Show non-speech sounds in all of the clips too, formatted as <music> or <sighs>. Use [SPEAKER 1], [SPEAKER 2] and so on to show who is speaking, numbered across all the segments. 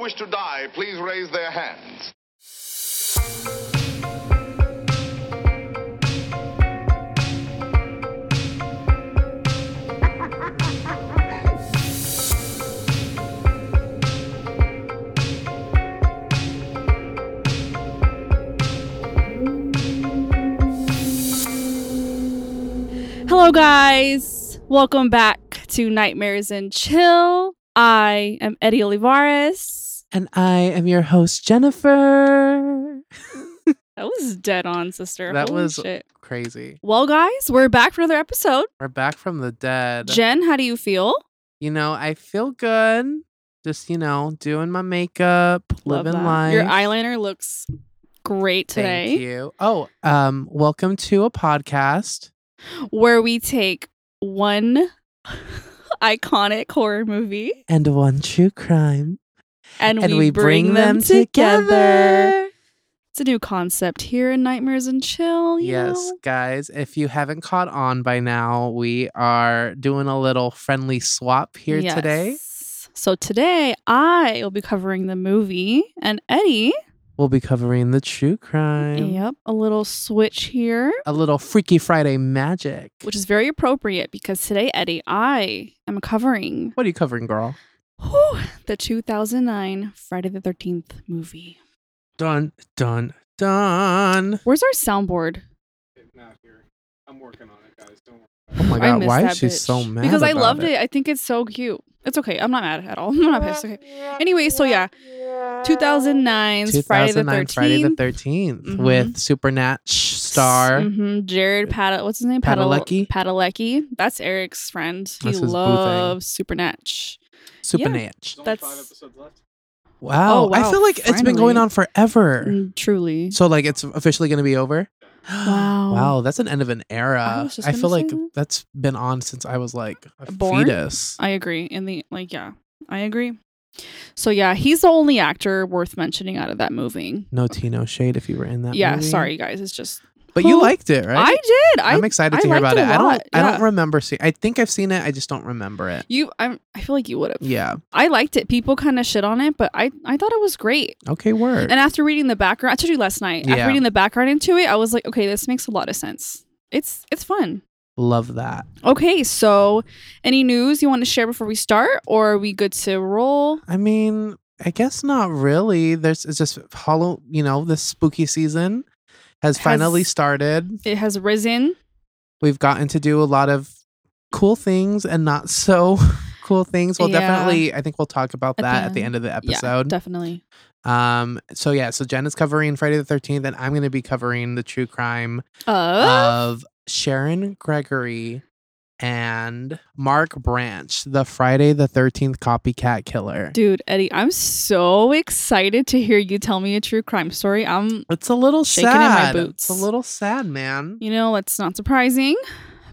[SPEAKER 1] wish to die, please raise their hands.
[SPEAKER 2] Hello, guys. Welcome back to Nightmares and Chill. I am Eddie Olivares.
[SPEAKER 3] And I am your host, Jennifer.
[SPEAKER 2] That was dead on, sister.
[SPEAKER 3] That
[SPEAKER 2] Holy
[SPEAKER 3] was-
[SPEAKER 2] shit.
[SPEAKER 3] Crazy.
[SPEAKER 2] Well, guys, we're back for another episode.
[SPEAKER 3] We're back from the dead.
[SPEAKER 2] Jen, how do you feel?
[SPEAKER 3] you know, I feel good. Just, you know, doing my makeup, living
[SPEAKER 2] that.
[SPEAKER 3] life.
[SPEAKER 2] Your eyeliner looks great
[SPEAKER 3] Thank
[SPEAKER 2] today.
[SPEAKER 3] you. Oh, um, welcome to a podcast.
[SPEAKER 2] Where we take one <laughs> iconic horror movie
[SPEAKER 3] And one true crime.
[SPEAKER 2] and,
[SPEAKER 3] And, we, bring, them together.
[SPEAKER 2] It's a new concept here in Nightmares and Chill. Oh, you
[SPEAKER 3] Yes,
[SPEAKER 2] know?
[SPEAKER 3] guys, if you haven't caught on by now, we are doing a little friendly swap here today.
[SPEAKER 2] Yes. So today I will be covering the movie and Eddie.
[SPEAKER 3] We'll be covering the true crime.
[SPEAKER 2] Yep, a little switch here,
[SPEAKER 3] a little Freaky Friday magic.
[SPEAKER 2] which is very appropriate because today Eddie, I am covering
[SPEAKER 3] what are you covering, girl?
[SPEAKER 2] whew, the 2009 Friday the 13th movie.
[SPEAKER 3] Dun dun dun.
[SPEAKER 2] Where's our soundboard?
[SPEAKER 4] not here. I'm working on it, guys. Don't worry.
[SPEAKER 3] Oh my
[SPEAKER 2] I
[SPEAKER 3] god,
[SPEAKER 2] miss
[SPEAKER 3] why
[SPEAKER 2] that
[SPEAKER 3] is she so
[SPEAKER 2] bitch.
[SPEAKER 3] mad?
[SPEAKER 2] Because I
[SPEAKER 3] about
[SPEAKER 2] loved it. I think it's so cute. It's okay. I'm not mad at all. <laughs> I'm not mad. It's okay. Anyway, so yeah, 2009's Friday the
[SPEAKER 3] 2009
[SPEAKER 2] 13th.
[SPEAKER 3] Friday the 13th
[SPEAKER 2] Mhm.
[SPEAKER 3] with Supernatch star.
[SPEAKER 2] hmm Jared Pad. What's his name?
[SPEAKER 3] Padalecki?
[SPEAKER 2] Padalecki. That's Eric's friend. He
[SPEAKER 3] That's his boo thing.
[SPEAKER 2] loves Supernatch.
[SPEAKER 3] Supernatch.
[SPEAKER 4] There's only
[SPEAKER 2] That's-
[SPEAKER 4] five episodes left.
[SPEAKER 3] Wow.
[SPEAKER 2] Oh, wow,
[SPEAKER 3] I feel like it's been going
[SPEAKER 2] finally.
[SPEAKER 3] on forever.
[SPEAKER 2] Mm, Truly.
[SPEAKER 3] So like it's officially going to be over. <gasps>
[SPEAKER 2] Wow.
[SPEAKER 3] Wow, that's an end of an era.
[SPEAKER 2] was just
[SPEAKER 3] I
[SPEAKER 2] gonna
[SPEAKER 3] feel like
[SPEAKER 2] say that.
[SPEAKER 3] that's been on since I was like a
[SPEAKER 2] Born?
[SPEAKER 3] fetus.
[SPEAKER 2] I agree. In the like, yeah, I agree. So yeah, he's the only actor worth mentioning out of that movie.
[SPEAKER 3] No tea, no shade if you were in that
[SPEAKER 2] yeah,
[SPEAKER 3] movie.
[SPEAKER 2] sorry guys, it's just
[SPEAKER 3] But you
[SPEAKER 2] Well,
[SPEAKER 3] liked it, right?
[SPEAKER 2] I did. I
[SPEAKER 3] I'm excited
[SPEAKER 2] I
[SPEAKER 3] to hear
[SPEAKER 2] liked
[SPEAKER 3] about
[SPEAKER 2] it
[SPEAKER 3] it.
[SPEAKER 2] a
[SPEAKER 3] I don't.
[SPEAKER 2] lot,
[SPEAKER 3] I
[SPEAKER 2] yeah.
[SPEAKER 3] don't remember seeing. I think I've seen it. I just don't remember it.
[SPEAKER 2] you. I'm. I feel like you would have.
[SPEAKER 3] Yeah.
[SPEAKER 2] I liked it. People kind of shit on it, but I I thought it was great.
[SPEAKER 3] Okay. Word.
[SPEAKER 2] And after reading the background, I told you last night. After
[SPEAKER 3] Yeah.
[SPEAKER 2] reading the background into it, I was like, okay, this makes a lot of sense. It's it's fun.
[SPEAKER 3] Love that.
[SPEAKER 2] Okay, so any news you want to share before we start, or are we good to roll?
[SPEAKER 3] I mean, I guess not really. There's it's just hollow. You know, this spooky season has finally
[SPEAKER 2] Has-
[SPEAKER 3] started.
[SPEAKER 2] It has risen.
[SPEAKER 3] We've gotten to do a lot of cool things and not so <laughs> cool things. We'll
[SPEAKER 2] Yeah.
[SPEAKER 3] definitely. I think we'll talk about
[SPEAKER 2] At the
[SPEAKER 3] that at the
[SPEAKER 2] end.
[SPEAKER 3] end of the
[SPEAKER 2] Yeah,
[SPEAKER 3] episode.
[SPEAKER 2] definitely.
[SPEAKER 3] um. So yeah. So Jen is covering Friday the Thirteenth, and I'm going to be covering the true crime
[SPEAKER 2] Uh,
[SPEAKER 3] of Sharon Gregory and Mark Branch, the Friday the 13th copycat killer.
[SPEAKER 2] dude, Eddie, I'm so excited to hear you tell me a true crime story. I'm,
[SPEAKER 3] it's a little
[SPEAKER 2] Shaking in my
[SPEAKER 3] sad.
[SPEAKER 2] boots.
[SPEAKER 3] It's a little sad, man.
[SPEAKER 2] you know, it's not surprising,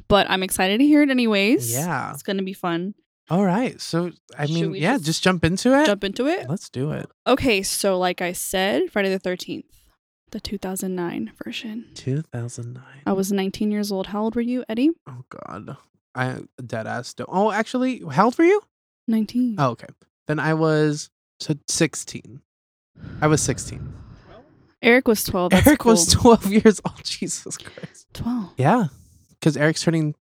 [SPEAKER 2] but I'm excited to hear it anyways.
[SPEAKER 3] Yeah.
[SPEAKER 2] it's gonna be fun.
[SPEAKER 3] All right. So, I
[SPEAKER 2] Should
[SPEAKER 3] mean,
[SPEAKER 2] we
[SPEAKER 3] yeah,
[SPEAKER 2] just
[SPEAKER 3] just, jump into it.
[SPEAKER 2] Jump into it.
[SPEAKER 3] Let's do it.
[SPEAKER 2] Okay, so like I said, Friday the Thirteenth, the 2009 version.
[SPEAKER 3] 2009.
[SPEAKER 2] I was 19 years old. How old were you, Eddie?
[SPEAKER 3] Oh, God. I dead ass. Don't. Oh, actually, how old were you?
[SPEAKER 2] 19.
[SPEAKER 3] Oh, okay. Then I was so 16. I was 16.
[SPEAKER 2] Eric was 12. That's
[SPEAKER 3] Eric was
[SPEAKER 2] cool.
[SPEAKER 3] 12 <laughs> years old. Jesus Christ.
[SPEAKER 2] 12.
[SPEAKER 3] Yeah. Because Eric's turning,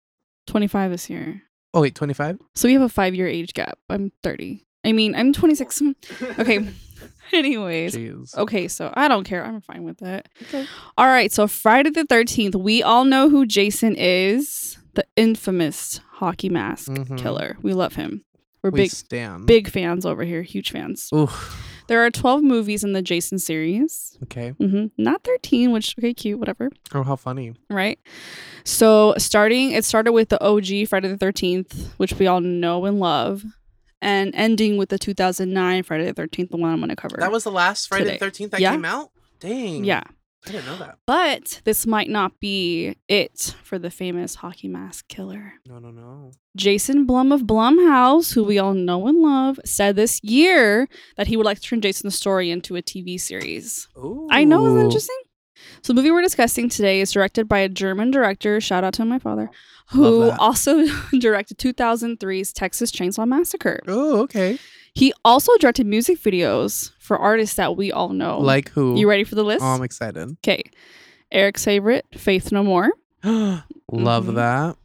[SPEAKER 2] 25 this year.
[SPEAKER 3] oh, wait, 25?
[SPEAKER 2] So we have a five year age gap. I'm 30. I mean, I'm 26. <laughs> Okay. Anyways.
[SPEAKER 3] Jeez.
[SPEAKER 2] Okay, so I don't care. I'm fine with it. All right, so Friday the 13th, we all know who Jason is the infamous hockey mask
[SPEAKER 3] Mhm.
[SPEAKER 2] killer. We love him. We're
[SPEAKER 3] we Oh.
[SPEAKER 2] big,
[SPEAKER 3] stand.
[SPEAKER 2] big fans over here, huge fans.
[SPEAKER 3] Oof.
[SPEAKER 2] There are 12 movies in the Jason series.
[SPEAKER 3] Okay.
[SPEAKER 2] hmm Not 13, which, okay, cute, whatever.
[SPEAKER 3] Oh, how funny.
[SPEAKER 2] right? So starting it started with the OG Friday the 13th, which we all know and love, and ending with the 2009 Friday the 13th, the one I'm going to cover.
[SPEAKER 3] That was the last Friday
[SPEAKER 2] Today.
[SPEAKER 3] the Thirteenth that
[SPEAKER 2] Yeah?
[SPEAKER 3] came out. Dang.
[SPEAKER 2] yeah.
[SPEAKER 3] I didn't know that.
[SPEAKER 2] But this might not be it for the famous hockey mask killer.
[SPEAKER 3] No, no, no.
[SPEAKER 2] Jason Blum of Blumhouse, who we all know and love, said this year that he would like to turn Jason's story into a TV series.
[SPEAKER 3] Ooh.
[SPEAKER 2] I know, isn't it interesting? So the movie we're discussing today is directed by a German director, shout out to my father, who
[SPEAKER 3] that.
[SPEAKER 2] also <laughs> directed 2003's Texas Chainsaw Massacre.
[SPEAKER 3] Oh, okay.
[SPEAKER 2] He also directed music videos for artists that we all know.
[SPEAKER 3] Like who?
[SPEAKER 2] Oh, you ready for the list?
[SPEAKER 3] Oh, I'm excited. <gasps>
[SPEAKER 2] okay. Eric's favorite, Faith No More,
[SPEAKER 3] Love
[SPEAKER 2] Mhm.
[SPEAKER 3] that.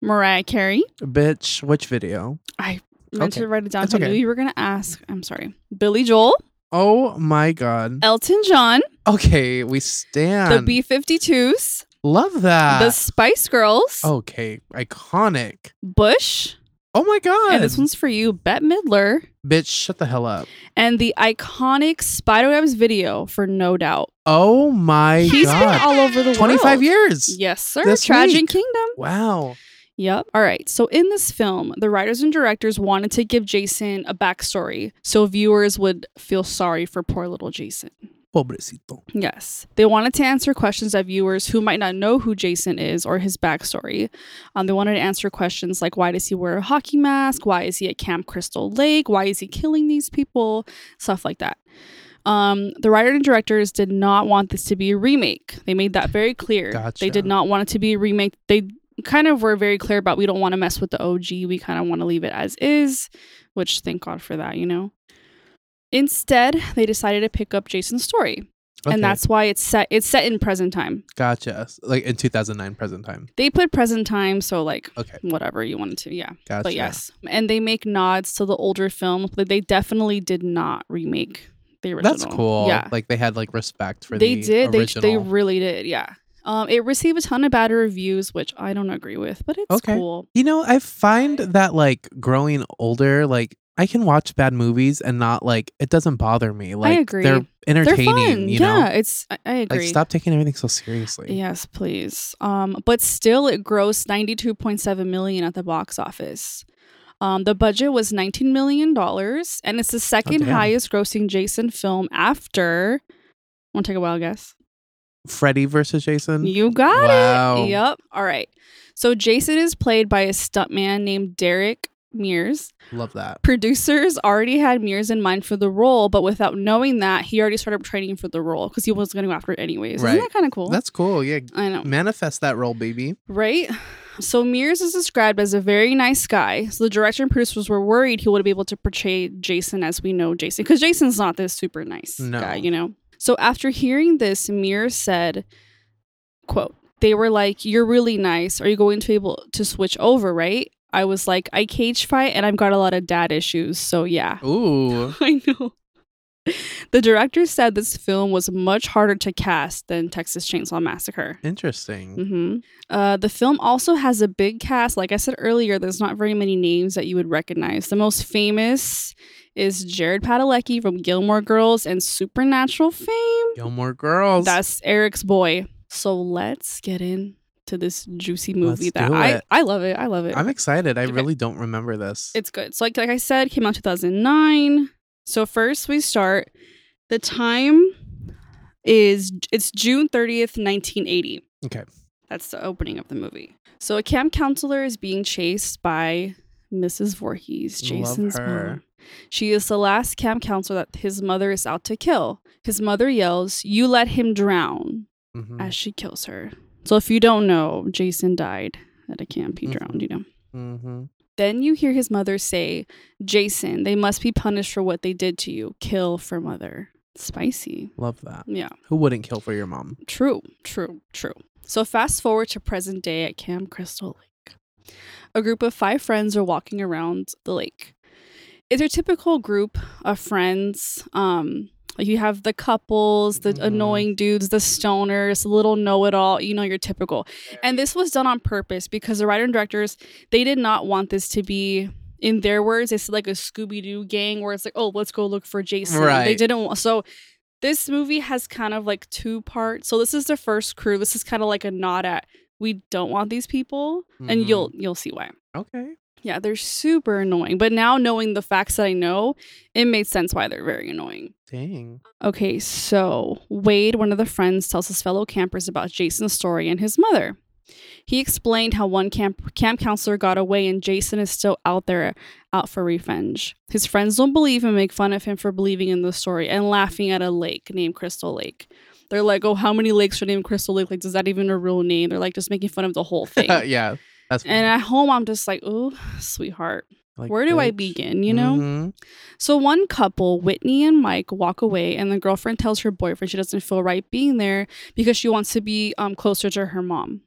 [SPEAKER 2] Mariah Carey.
[SPEAKER 3] Bitch, which video?
[SPEAKER 2] I meant
[SPEAKER 3] Okay.
[SPEAKER 2] to write it down.
[SPEAKER 3] That's
[SPEAKER 2] I knew
[SPEAKER 3] okay.
[SPEAKER 2] you were gonna ask. I'm sorry. Billy Joel,
[SPEAKER 3] Oh my god.
[SPEAKER 2] Elton John,
[SPEAKER 3] Okay, we stand.
[SPEAKER 2] Uh, the B52s,
[SPEAKER 3] Love that.
[SPEAKER 2] the Spice Girls,
[SPEAKER 3] Oh. okay, iconic.
[SPEAKER 2] Bush,
[SPEAKER 3] Oh my god.
[SPEAKER 2] and this one's for you, Bette Midler,
[SPEAKER 3] Bitch, shut the hell up.
[SPEAKER 2] and the iconic Spiderwebs video for No Doubt.
[SPEAKER 3] Oh my
[SPEAKER 2] He's been
[SPEAKER 3] god.
[SPEAKER 2] all over the world.
[SPEAKER 3] 25 years.
[SPEAKER 2] Yes, sir.
[SPEAKER 3] This
[SPEAKER 2] Tragic
[SPEAKER 3] week.
[SPEAKER 2] Kingdom.
[SPEAKER 3] Wow.
[SPEAKER 2] Yep. All right. So in this film, the writers and directors wanted to give Jason a backstory so viewers would feel sorry for poor little Jason.
[SPEAKER 3] Pobrecito.
[SPEAKER 2] Yes. They wanted to answer questions that viewers who might not know who Jason is or his backstory. Um, they wanted to answer questions like why does he wear a hockey mask? Why is he at Camp Crystal Lake? Why is he killing these people? Stuff like that. Um, the writer and directors did not want this to be a remake. They made that very clear. They
[SPEAKER 3] Gotcha.
[SPEAKER 2] did not want it to be a remake. They kind of were very clear about we don't want to mess with the OG. We kind of want to leave it as is, which thank God for that, you know. Instead, they decided to pick up Jason's story
[SPEAKER 3] Okay,
[SPEAKER 2] and that's why it's set it's set in present time
[SPEAKER 3] gotcha. Like in 2009 present time.
[SPEAKER 2] they put present time so like
[SPEAKER 3] Okay,
[SPEAKER 2] whatever you wanted to yeah
[SPEAKER 3] gotcha.
[SPEAKER 2] but yes and they make nods to the older film but they definitely did not remake the original
[SPEAKER 3] That's cool.
[SPEAKER 2] yeah
[SPEAKER 3] Like they had like respect for
[SPEAKER 2] they
[SPEAKER 3] the
[SPEAKER 2] did
[SPEAKER 3] original.
[SPEAKER 2] they they really did yeah um it received a ton of bad reviews which i don't agree with but it's
[SPEAKER 3] Okay.
[SPEAKER 2] cool
[SPEAKER 3] You know, I find that like growing older, like I can watch bad movies and not like it doesn't bother me. Like
[SPEAKER 2] agree.
[SPEAKER 3] they're
[SPEAKER 2] they're
[SPEAKER 3] entertaining,
[SPEAKER 2] fun
[SPEAKER 3] you
[SPEAKER 2] yeah
[SPEAKER 3] know.
[SPEAKER 2] it's i, I agree
[SPEAKER 3] Like stop taking everything so seriously.
[SPEAKER 2] Yes, please. Um, but still, it grossed ninety two point seven million at the box office. Um, the budget was nineteen million dollars, and it's the second
[SPEAKER 3] Oh, damn.
[SPEAKER 2] highest grossing Jason film after. Want to take a wild guess?
[SPEAKER 3] Freddy versus Jason.
[SPEAKER 2] You got
[SPEAKER 3] Um, wow.
[SPEAKER 2] it. Yep. All right. So Jason is played by a stuntman named Derek Mears.
[SPEAKER 3] Love that.
[SPEAKER 2] Producers already had Mears in mind for the role, but without knowing that, he already started training for the role because he was going to go after it anyways.
[SPEAKER 3] Right.
[SPEAKER 2] Isn't that kind of cool? Oh.
[SPEAKER 3] That's cool. Yeah.
[SPEAKER 2] I know.
[SPEAKER 3] Manifest that role, baby.
[SPEAKER 2] Right? So Mears is described as a very nice guy. So the director and producers were worried he wouldn't be able to portray Jason as we know Jason, because Jason's not this super nice
[SPEAKER 3] No.
[SPEAKER 2] guy, you know. So after hearing this, Mears said, "quote They were like, "You're really nice. Are you going to be able to switch over? Right?" I was like, "I cage fight and I've got a lot of dad issues, so yeah." <laughs>
[SPEAKER 3] Ooh.
[SPEAKER 2] I know. The director said this film was much harder to cast than Texas Chainsaw Massacre.
[SPEAKER 3] Interesting.
[SPEAKER 2] Mm-hmm. Uh, the film also has a big cast. Like I said earlier, there's not very many names that you would recognize. The most famous is Jared Padalecki from Gilmore Girls and Supernatural fame.
[SPEAKER 3] Gilmore Girls.
[SPEAKER 2] Mm-hmm. That's Eric's boy. So let's get in to this juicy movie
[SPEAKER 3] Let's
[SPEAKER 2] that
[SPEAKER 3] do
[SPEAKER 2] I
[SPEAKER 3] it.
[SPEAKER 2] I love it. I love it.
[SPEAKER 3] I'm excited. I
[SPEAKER 2] Okay.
[SPEAKER 3] really don't remember this.
[SPEAKER 2] It's good. So like like I said, came out 2009. So first we start the time is it's June 30th, 1980.
[SPEAKER 3] Okay.
[SPEAKER 2] That's the opening of the movie. So a camp counselor is being chased by Mrs. Voorhees,
[SPEAKER 3] Love
[SPEAKER 2] Jason's
[SPEAKER 3] her.
[SPEAKER 2] mom. She is the last camp counselor that his mother is out to kill. His mother yells, "You let him drown!"
[SPEAKER 3] Mhm.
[SPEAKER 2] as she kills her. So if you don't know, Jason died at a camp. He
[SPEAKER 3] Mhm.
[SPEAKER 2] drowned, you know.
[SPEAKER 3] Mhm.
[SPEAKER 2] Then you hear his mother say, Jason, they must be punished for what they did to you. Kill for mother. Spicy.
[SPEAKER 3] Love that.
[SPEAKER 2] Yeah.
[SPEAKER 3] Who wouldn't kill for your mom?
[SPEAKER 2] True, true, true. So fast forward to present day at Camp Crystal Lake. A group of five friends are walking around the lake. It's your typical group of friends. Um, like you have the couples, the
[SPEAKER 3] Mhm.
[SPEAKER 2] annoying dudes, the stoners, the little know-it-all. You know your typical. And this was done on purpose because the writer and directors they did not want this to be. In their words, they said like a Scooby Doo gang where it's like, oh, let's go look for Jason. They
[SPEAKER 3] Right.
[SPEAKER 2] didn't want so this movie has kind of like two parts. So this is the first crew. This is kind of like a nod at we don't want these people, and
[SPEAKER 3] Mhm.
[SPEAKER 2] you'll you'll see why.
[SPEAKER 3] Okay.
[SPEAKER 2] Yeah, they're super annoying. But now knowing the facts that I know, it made sense why they're very annoying.
[SPEAKER 3] Dang.
[SPEAKER 2] Okay, so Wade, one of the friends, tells his fellow campers about Jason's story and his mother. He explained how one camp camp counselor got away and Jason is still out there out for revenge. His friends don't believe and make fun of him for believing in the story and laughing at a lake named Crystal Lake. They're like, oh, how many lakes are named Crystal Lake? Like, does that even a real name? They're like just making fun of the whole thing.
[SPEAKER 3] Uh, yeah, that's
[SPEAKER 2] And at home, I'm just like, oh, sweetheart,
[SPEAKER 3] like,
[SPEAKER 2] where do I
[SPEAKER 3] bitch.
[SPEAKER 2] begin? You know?
[SPEAKER 3] Mhm.
[SPEAKER 2] So one couple, Whitney and Mike, walk away, and the girlfriend tells her boyfriend she doesn't feel right being there because she wants to be um, closer to her mom.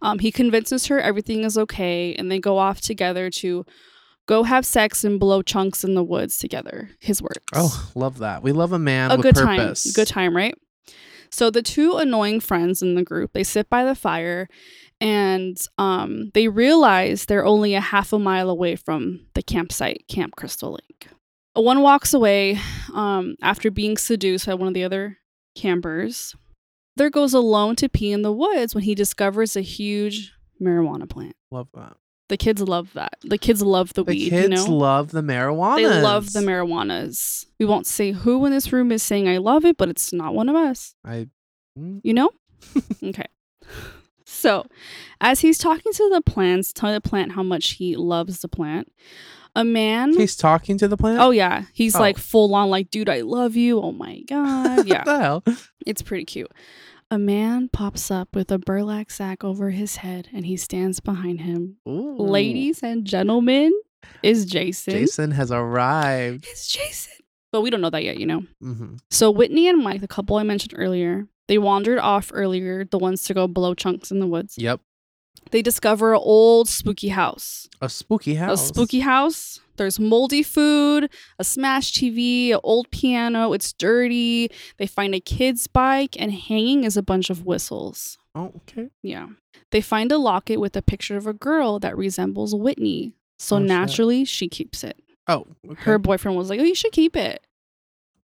[SPEAKER 2] Um, he convinces her everything is okay, and they go off together to go have sex and blow chunks in the woods together. His words.
[SPEAKER 3] Oh, love that. We love a man
[SPEAKER 2] a
[SPEAKER 3] with
[SPEAKER 2] good
[SPEAKER 3] purpose.
[SPEAKER 2] time. Good time, right? So the two annoying friends in the group, they sit by the fire and um, they realize they're only a half a mile away from the campsite, Camp Crystal Lake. One walks away um, after being seduced by one of the other campers. There goes alone to pee in the woods when he discovers a huge marijuana plant.
[SPEAKER 3] Love that.
[SPEAKER 2] The kids love that. The kids love the,
[SPEAKER 3] The
[SPEAKER 2] weed.
[SPEAKER 3] kids
[SPEAKER 2] you know?
[SPEAKER 3] love the marijuana.
[SPEAKER 2] They love the marijuanas. We won't say who in this room is saying I love it, but it's not one of us.
[SPEAKER 3] I mm,
[SPEAKER 2] You know? okay. So, as he's talking to the plants, telling the plant how much he loves the plant, a man.
[SPEAKER 3] he's talking to the plant.
[SPEAKER 2] Mm-hmm.
[SPEAKER 3] <laughs>
[SPEAKER 2] oh yeah, he's
[SPEAKER 3] Oh.
[SPEAKER 2] like full on, like, dude, I love you. Oh my
[SPEAKER 3] <laughs>
[SPEAKER 2] god, yeah,
[SPEAKER 3] what the hell?
[SPEAKER 2] it's pretty cute. A man pops up with a burlap sack over his head, and he stands behind him.
[SPEAKER 3] Ooh.
[SPEAKER 2] Ladies and gentlemen, is Jason?
[SPEAKER 3] Hmm. Jason has arrived.
[SPEAKER 2] It's Jason. But we don't know that yet, you know.
[SPEAKER 3] hmm
[SPEAKER 2] So Whitney and Mike, the couple I mentioned earlier, they wandered off earlier, the ones to go blow chunks in the woods.
[SPEAKER 3] Yep,
[SPEAKER 2] They discover an old spooky house.
[SPEAKER 3] a spooky house.
[SPEAKER 2] A spooky house. There's moldy food, a smashed TV, an old piano. It's dirty. They find a kid's bike, and hanging is a bunch of whistles.
[SPEAKER 3] Oh, okay.
[SPEAKER 2] Yeah. They find a locket with a picture of a girl that resembles Whitney. So
[SPEAKER 3] Oh, shit.
[SPEAKER 2] naturally, she keeps it.
[SPEAKER 3] Oh, okay.
[SPEAKER 2] Her boyfriend was like, Oh, you should keep it.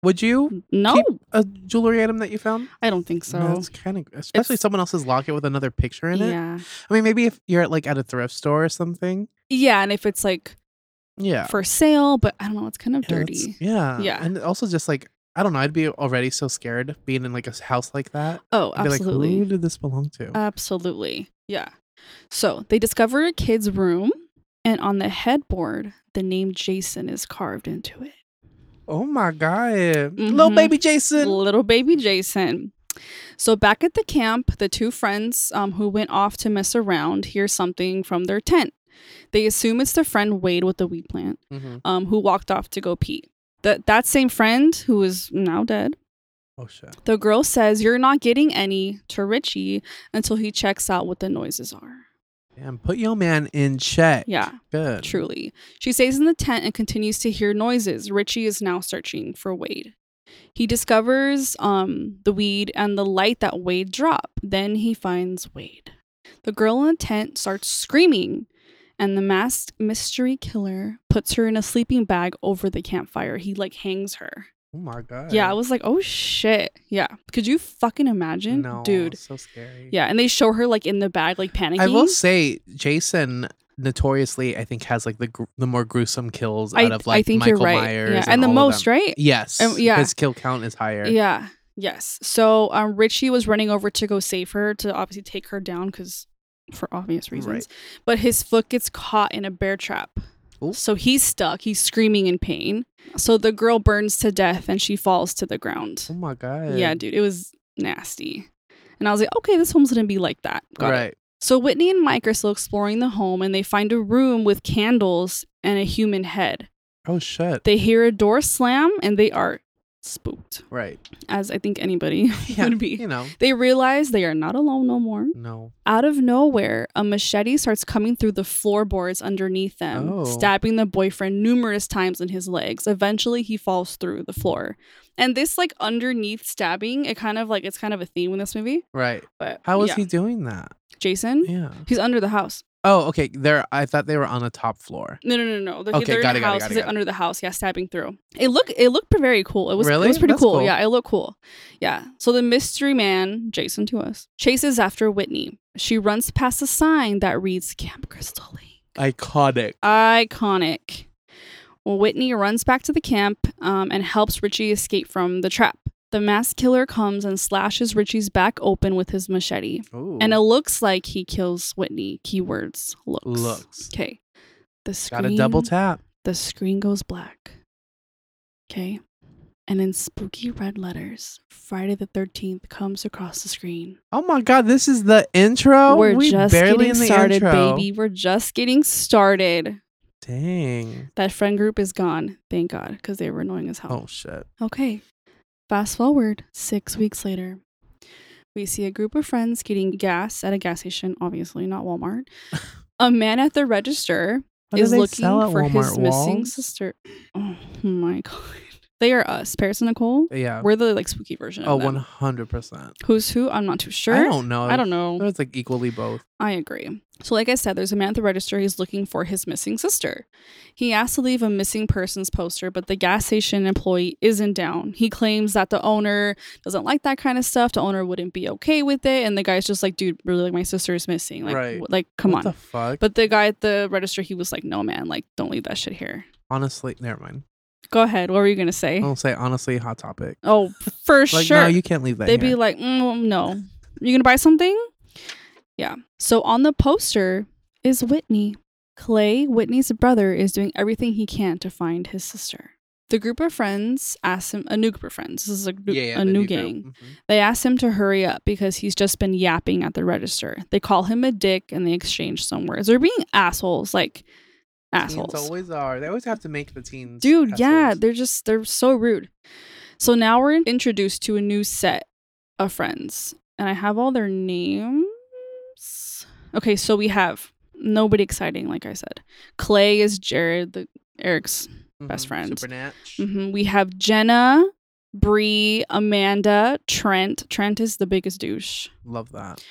[SPEAKER 3] Would you
[SPEAKER 2] No,
[SPEAKER 3] Keep- a jewelry item that you found?
[SPEAKER 2] I don't think so.
[SPEAKER 3] that's kind of especially someone else's locket with another picture in it.
[SPEAKER 2] yeah.
[SPEAKER 3] I mean, maybe if you're at like at a thrift store or something.
[SPEAKER 2] Yeah, and if it's like
[SPEAKER 3] Yeah,
[SPEAKER 2] for sale, but I don't know, it's kind of
[SPEAKER 3] Yeah, that's-
[SPEAKER 2] dirty.
[SPEAKER 3] Yeah,
[SPEAKER 2] Yeah.
[SPEAKER 3] and also just like I don't know, I'd be already so scared being in like a s- house like that.
[SPEAKER 2] Oh,
[SPEAKER 3] I'd be like,
[SPEAKER 2] absolutely. Uh,
[SPEAKER 3] who did this belong to?
[SPEAKER 2] absolutely. Yeah. So they discover a kid's room, and on the headboard, the name Jason is carved into it.
[SPEAKER 3] oh my god, little
[SPEAKER 2] Mhm.
[SPEAKER 3] baby Jason.
[SPEAKER 2] Little baby Jason. So back at the camp, the two friends um, who went off to mess around hear something from their tent. They assume it's their friend Wade with the weed plant.
[SPEAKER 3] Mhm.
[SPEAKER 2] um, who walked off to go pee. That that same friend who is now dead.
[SPEAKER 3] Oh shit.
[SPEAKER 2] The girl says, "You're not getting any to Richie until he checks out what the noises are."
[SPEAKER 3] Damn, put your man in check.
[SPEAKER 2] Yeah,
[SPEAKER 3] Good.
[SPEAKER 2] truly. She stays in the tent and continues to hear noises. Richie is now searching for Wade. He discovers um, the weed and the light that Wade dropped. Then he finds Wade. The girl in the tent starts screaming, and the masked mystery killer puts her in a sleeping bag over the campfire. He like hangs her.
[SPEAKER 3] Oh my god.
[SPEAKER 2] Yeah, I was like, oh shit. Yeah. Could you fucking imagine?
[SPEAKER 3] no,
[SPEAKER 2] Dude.
[SPEAKER 3] So scary.
[SPEAKER 2] Yeah. And they show her like in the bag, like panicking.
[SPEAKER 3] I will say, Jason notoriously, I think, has like the gr- the more gruesome kills out
[SPEAKER 2] I-
[SPEAKER 3] of like
[SPEAKER 2] I think
[SPEAKER 3] Michael
[SPEAKER 2] you're right.
[SPEAKER 3] Myers,
[SPEAKER 2] yeah.
[SPEAKER 3] and,
[SPEAKER 2] And, the
[SPEAKER 3] all of
[SPEAKER 2] most,
[SPEAKER 3] them.
[SPEAKER 2] right?
[SPEAKER 3] Yes,
[SPEAKER 2] Um, yeah.
[SPEAKER 3] his kill count is higher.
[SPEAKER 2] Yeah. Yes. So um, Richie was running over to go save her to obviously take her down because for obvious
[SPEAKER 3] Right.
[SPEAKER 2] reasons. But his foot gets caught in a bear trap.
[SPEAKER 3] Ooh.
[SPEAKER 2] So he's stuck. He's screaming in pain. So the girl burns to death and she falls to the ground.
[SPEAKER 3] Oh my god.
[SPEAKER 2] Yeah, dude. It was nasty. And I was like, okay, this home's going to be like that. Got it.
[SPEAKER 3] right.
[SPEAKER 2] So Whitney and Mike are still exploring the home and they find a room with candles and a human head.
[SPEAKER 3] Oh shit.
[SPEAKER 2] They hear a door slam and they are spooked,
[SPEAKER 3] right.
[SPEAKER 2] as I think anybody <laughs>
[SPEAKER 3] <laughs> Yeah,
[SPEAKER 2] would be.
[SPEAKER 3] You know.
[SPEAKER 2] They realize they are not alone no more.
[SPEAKER 3] No.
[SPEAKER 2] Out of nowhere, a machete starts coming through the floorboards underneath them,
[SPEAKER 3] Oh.
[SPEAKER 2] stabbing the boyfriend numerous times in his legs. Eventually, he falls through the floor. And this, like, underneath stabbing, it kind of like it's kind of a theme in this movie.
[SPEAKER 3] Right.
[SPEAKER 2] But
[SPEAKER 3] How is
[SPEAKER 2] yeah.
[SPEAKER 3] he doing that?
[SPEAKER 2] Jason?
[SPEAKER 3] Yeah.
[SPEAKER 2] He's under the house.
[SPEAKER 3] Oh, okay. There. I thought they were on the top floor.
[SPEAKER 2] No, no, no, no. They're,
[SPEAKER 3] Okay,
[SPEAKER 2] they're
[SPEAKER 3] got
[SPEAKER 2] in the
[SPEAKER 3] it, got
[SPEAKER 2] house.
[SPEAKER 3] it, got it,
[SPEAKER 2] He's, like,
[SPEAKER 3] got it.
[SPEAKER 2] under the house. Yeah, stabbing through. It looked it looked very cool. It was
[SPEAKER 3] Really?
[SPEAKER 2] it was pretty
[SPEAKER 3] That's
[SPEAKER 2] cool.
[SPEAKER 3] cool.
[SPEAKER 2] Yeah, it looked cool. Yeah. So the mystery man, Jason to us, chases after Whitney. She runs past a sign that reads Camp Crystal Lake.
[SPEAKER 3] Iconic.
[SPEAKER 2] Iconic. Well, Whitney runs back to the camp um, and helps Richie escape from the trap. The masked killer comes and slashes Richie's back open with his machete.
[SPEAKER 3] Ooh.
[SPEAKER 2] And it looks like he kills Whitney. Keywords looks.
[SPEAKER 3] looks.
[SPEAKER 2] Okay. The screen
[SPEAKER 3] Got a double tap.
[SPEAKER 2] the screen goes black. Okay. and in spooky red letters, Friday the 13th comes across the screen.
[SPEAKER 3] Oh my god, this is the intro.
[SPEAKER 2] We're
[SPEAKER 3] Oh, We
[SPEAKER 2] just
[SPEAKER 3] barely
[SPEAKER 2] getting
[SPEAKER 3] in the
[SPEAKER 2] started,
[SPEAKER 3] intro.
[SPEAKER 2] baby. We're just getting started.
[SPEAKER 3] Dang.
[SPEAKER 2] That friend group is gone, thank God, because they were annoying as hell.
[SPEAKER 3] Oh shit.
[SPEAKER 2] Okay. Fast forward six weeks later. We see a group of friends getting gas at a gas station, obviously, not
[SPEAKER 3] <laughs>
[SPEAKER 2] Walmart. a man at the register
[SPEAKER 3] What do
[SPEAKER 2] is
[SPEAKER 3] they
[SPEAKER 2] looking
[SPEAKER 3] sell at
[SPEAKER 2] for
[SPEAKER 3] Walmart
[SPEAKER 2] his missing
[SPEAKER 3] walls?
[SPEAKER 2] sister. Oh my <laughs> god. They are us, Paris and Nicole.
[SPEAKER 3] Yeah.
[SPEAKER 2] We're the like spooky version
[SPEAKER 3] Oh,
[SPEAKER 2] of them.
[SPEAKER 3] 100%.
[SPEAKER 2] Who's who? I'm not too sure.
[SPEAKER 3] I don't know.
[SPEAKER 2] I don't know.
[SPEAKER 3] It's like equally both.
[SPEAKER 2] I agree. So, like I said, there's a man at the register. He's looking for his missing sister. He asked to leave a missing persons poster, but the gas station employee isn't down. He claims that the owner doesn't like that kind of stuff. The owner wouldn't be okay with it, and the guy's just like, "Dude, really, like my sister is missing. Like,
[SPEAKER 3] Right.
[SPEAKER 2] w- like come
[SPEAKER 3] what
[SPEAKER 2] on."
[SPEAKER 3] the fuck?
[SPEAKER 2] but the guy at the register, he was like, "No, man, like don't leave that shit here."
[SPEAKER 3] honestly, never mind.
[SPEAKER 2] Go ahead. What were you gonna say?
[SPEAKER 3] I'll say honestly, hot topic.
[SPEAKER 2] Oh, for
[SPEAKER 3] Oh. Like,
[SPEAKER 2] sure.
[SPEAKER 3] no, you can't leave that.
[SPEAKER 2] They'd be
[SPEAKER 3] here.
[SPEAKER 2] like, mm, no. You gonna buy something? Yeah. So on the poster is Whitney. Clay, Whitney's brother, is doing everything he can to find his sister. The group of friends asks him, a new group of friends, this is a, group- a
[SPEAKER 3] the
[SPEAKER 2] new,
[SPEAKER 3] group.
[SPEAKER 2] gang.
[SPEAKER 3] Mhm.
[SPEAKER 2] They ask him to hurry up because he's just been yapping at the register. They call him a dick and they exchange some words. They're being assholes, like assholes.
[SPEAKER 3] Teens always are. They always have to make the teens.
[SPEAKER 2] Dude, yeah,
[SPEAKER 3] assholes.
[SPEAKER 2] they're just they're so rude. So now we're introduced to a new set of friends, and I have all their names. Okay, so we have nobody exciting, like I said. Clay is Jared, the Eric's. best
[SPEAKER 3] Mhm.
[SPEAKER 2] friends.
[SPEAKER 3] Supernatch.
[SPEAKER 2] hmm We have Jenna, Bree, Amanda, Trent. Trent is the biggest douche.
[SPEAKER 3] Love that.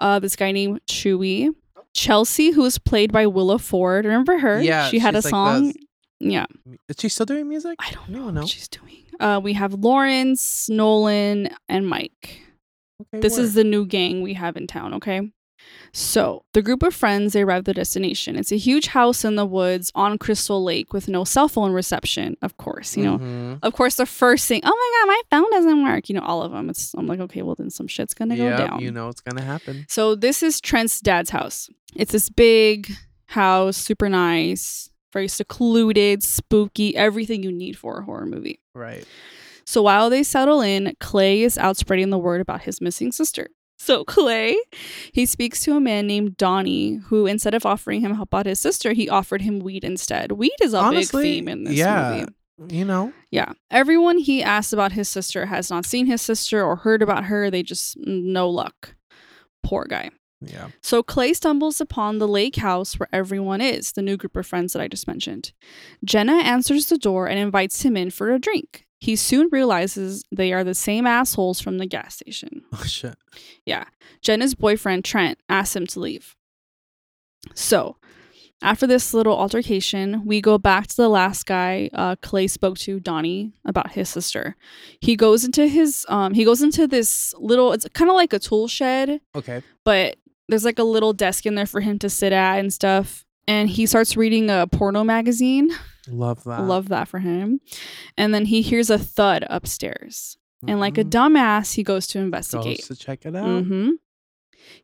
[SPEAKER 2] Uh, this guy named Chewy,
[SPEAKER 3] Oh.
[SPEAKER 2] Chelsea, who was played by Willa Ford. Remember her?
[SPEAKER 3] Yeah,
[SPEAKER 2] she had a
[SPEAKER 3] she's like
[SPEAKER 2] song.
[SPEAKER 3] the-
[SPEAKER 2] Yeah.
[SPEAKER 3] Is she still doing music?
[SPEAKER 2] I don't know
[SPEAKER 3] Anyone
[SPEAKER 2] what
[SPEAKER 3] know?
[SPEAKER 2] she's doing. Uh, we have Lawrence, Nolan, and Mike.
[SPEAKER 3] Okay,
[SPEAKER 2] This is
[SPEAKER 3] word.
[SPEAKER 2] the new gang we have in town, okay? So, the group of friends, they arrive at the destination. It's a huge house in the woods on Crystal Lake with no cell phone reception, of course, you know.
[SPEAKER 3] Mhm.
[SPEAKER 2] Of course, the first thing, oh my God, my phone doesn't work. You know, all of them. It's, I'm like, okay, well, then some shit's going to go
[SPEAKER 3] Yep,
[SPEAKER 2] down.
[SPEAKER 3] You know it's gonna happen.
[SPEAKER 2] So this is Trent's dad's house. It's this big house, super nice, very secluded, spooky, everything you need for a horror movie.
[SPEAKER 3] Right.
[SPEAKER 2] So while they settle in, Clay is out spreading the word about his missing sister. So Clay, he speaks to a man named Donnie, who instead of offering him help out his sister, he offered him weed instead. Weed is a
[SPEAKER 3] Honestly,
[SPEAKER 2] big theme in this
[SPEAKER 3] yeah.
[SPEAKER 2] movie.
[SPEAKER 3] You know.
[SPEAKER 2] Yeah. Everyone he asks about his sister has not seen his sister or heard about her. They just no luck. Poor guy.
[SPEAKER 3] Yeah. <laughs>
[SPEAKER 2] So Clay stumbles upon the lake house where everyone is, the new group of friends that I just mentioned. Jenna answers the door and invites him in for a drink. He soon realizes they are the same assholes from the gas station.
[SPEAKER 3] Oh shit.
[SPEAKER 2] Jenna's boyfriend, Trent, asks him to leave. So, after this little altercation, we go back to the last guy uh, Clay spoke to, Donnie, about his sister. He goes into his, um, he goes into this little, it's kind of like a tool shed
[SPEAKER 3] Okay.
[SPEAKER 2] but there's like a little desk in there for him to sit at and stuff. And he starts reading a porno magazine.
[SPEAKER 3] Love that.
[SPEAKER 2] Love that for him. And then he hears a thud upstairs. And like a
[SPEAKER 3] Mhm.
[SPEAKER 2] dumbass, he goes to
[SPEAKER 3] Goes
[SPEAKER 2] investigate.
[SPEAKER 3] to check it out.
[SPEAKER 2] hmm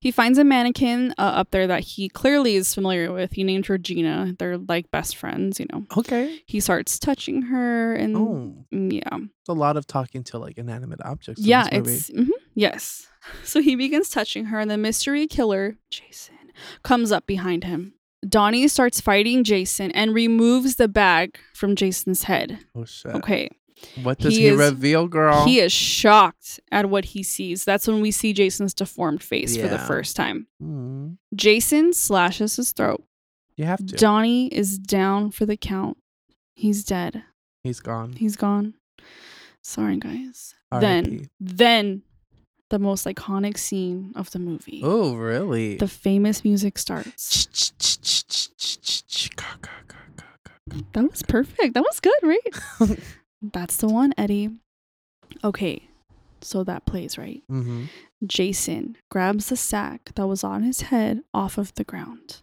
[SPEAKER 2] He finds a mannequin uh, up there that he clearly is familiar with. He named her Gina. They're like best friends, you know.
[SPEAKER 3] Okay.
[SPEAKER 2] He starts touching her and mm,
[SPEAKER 3] Oh,
[SPEAKER 2] yeah.
[SPEAKER 3] it's a lot of talking to like inanimate objects. in
[SPEAKER 2] yeah,
[SPEAKER 3] this movie.
[SPEAKER 2] it's mhm, yes. <laughs> So he begins touching her, and the mystery killer Jason comes up behind him. Donnie starts fighting Jason and removes the bag from Jason's head.
[SPEAKER 3] Oh shit.
[SPEAKER 2] Okay,
[SPEAKER 3] What does
[SPEAKER 2] he
[SPEAKER 3] he,
[SPEAKER 2] is-
[SPEAKER 3] reveal, girl?
[SPEAKER 2] he is shocked at what he sees. That's when we see Jason's deformed face for the
[SPEAKER 3] Yeah.
[SPEAKER 2] first time.
[SPEAKER 3] Mm,
[SPEAKER 2] Jason slashes his throat.
[SPEAKER 3] you have to.
[SPEAKER 2] Donnie is down for the count. He's dead.
[SPEAKER 3] He's gone.
[SPEAKER 2] He's gone. Sorry, guys.
[SPEAKER 3] R.I.P..
[SPEAKER 2] Then, then the most iconic scene of the movie.
[SPEAKER 3] Oh really?
[SPEAKER 2] The famous music starts. That was perfect. That was good,
[SPEAKER 3] <laughs>
[SPEAKER 2] right? That's the one, Eddie. Okay, so that plays right.
[SPEAKER 3] hmm
[SPEAKER 2] Jason grabs the sack that was on his head off of the ground,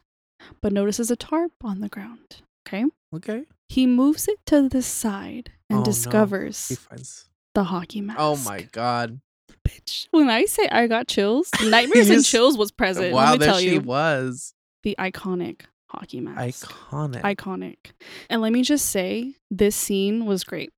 [SPEAKER 2] but notices a tarp on the ground. Okay,
[SPEAKER 3] Okay.
[SPEAKER 2] he moves it to the side and
[SPEAKER 3] Oh, no.
[SPEAKER 2] discovers
[SPEAKER 3] He finds.
[SPEAKER 2] the hockey mask.
[SPEAKER 3] Oh my god!
[SPEAKER 2] bitch! When I say I got
[SPEAKER 3] <laughs>
[SPEAKER 2] chills, nightmares and
[SPEAKER 3] Yes.
[SPEAKER 2] chills was present. Let
[SPEAKER 3] wow,
[SPEAKER 2] me
[SPEAKER 3] there
[SPEAKER 2] tell
[SPEAKER 3] she
[SPEAKER 2] you,
[SPEAKER 3] was.
[SPEAKER 2] the iconic hockey mask.
[SPEAKER 3] Iconic.
[SPEAKER 2] iconic. And let me just say, this scene was great.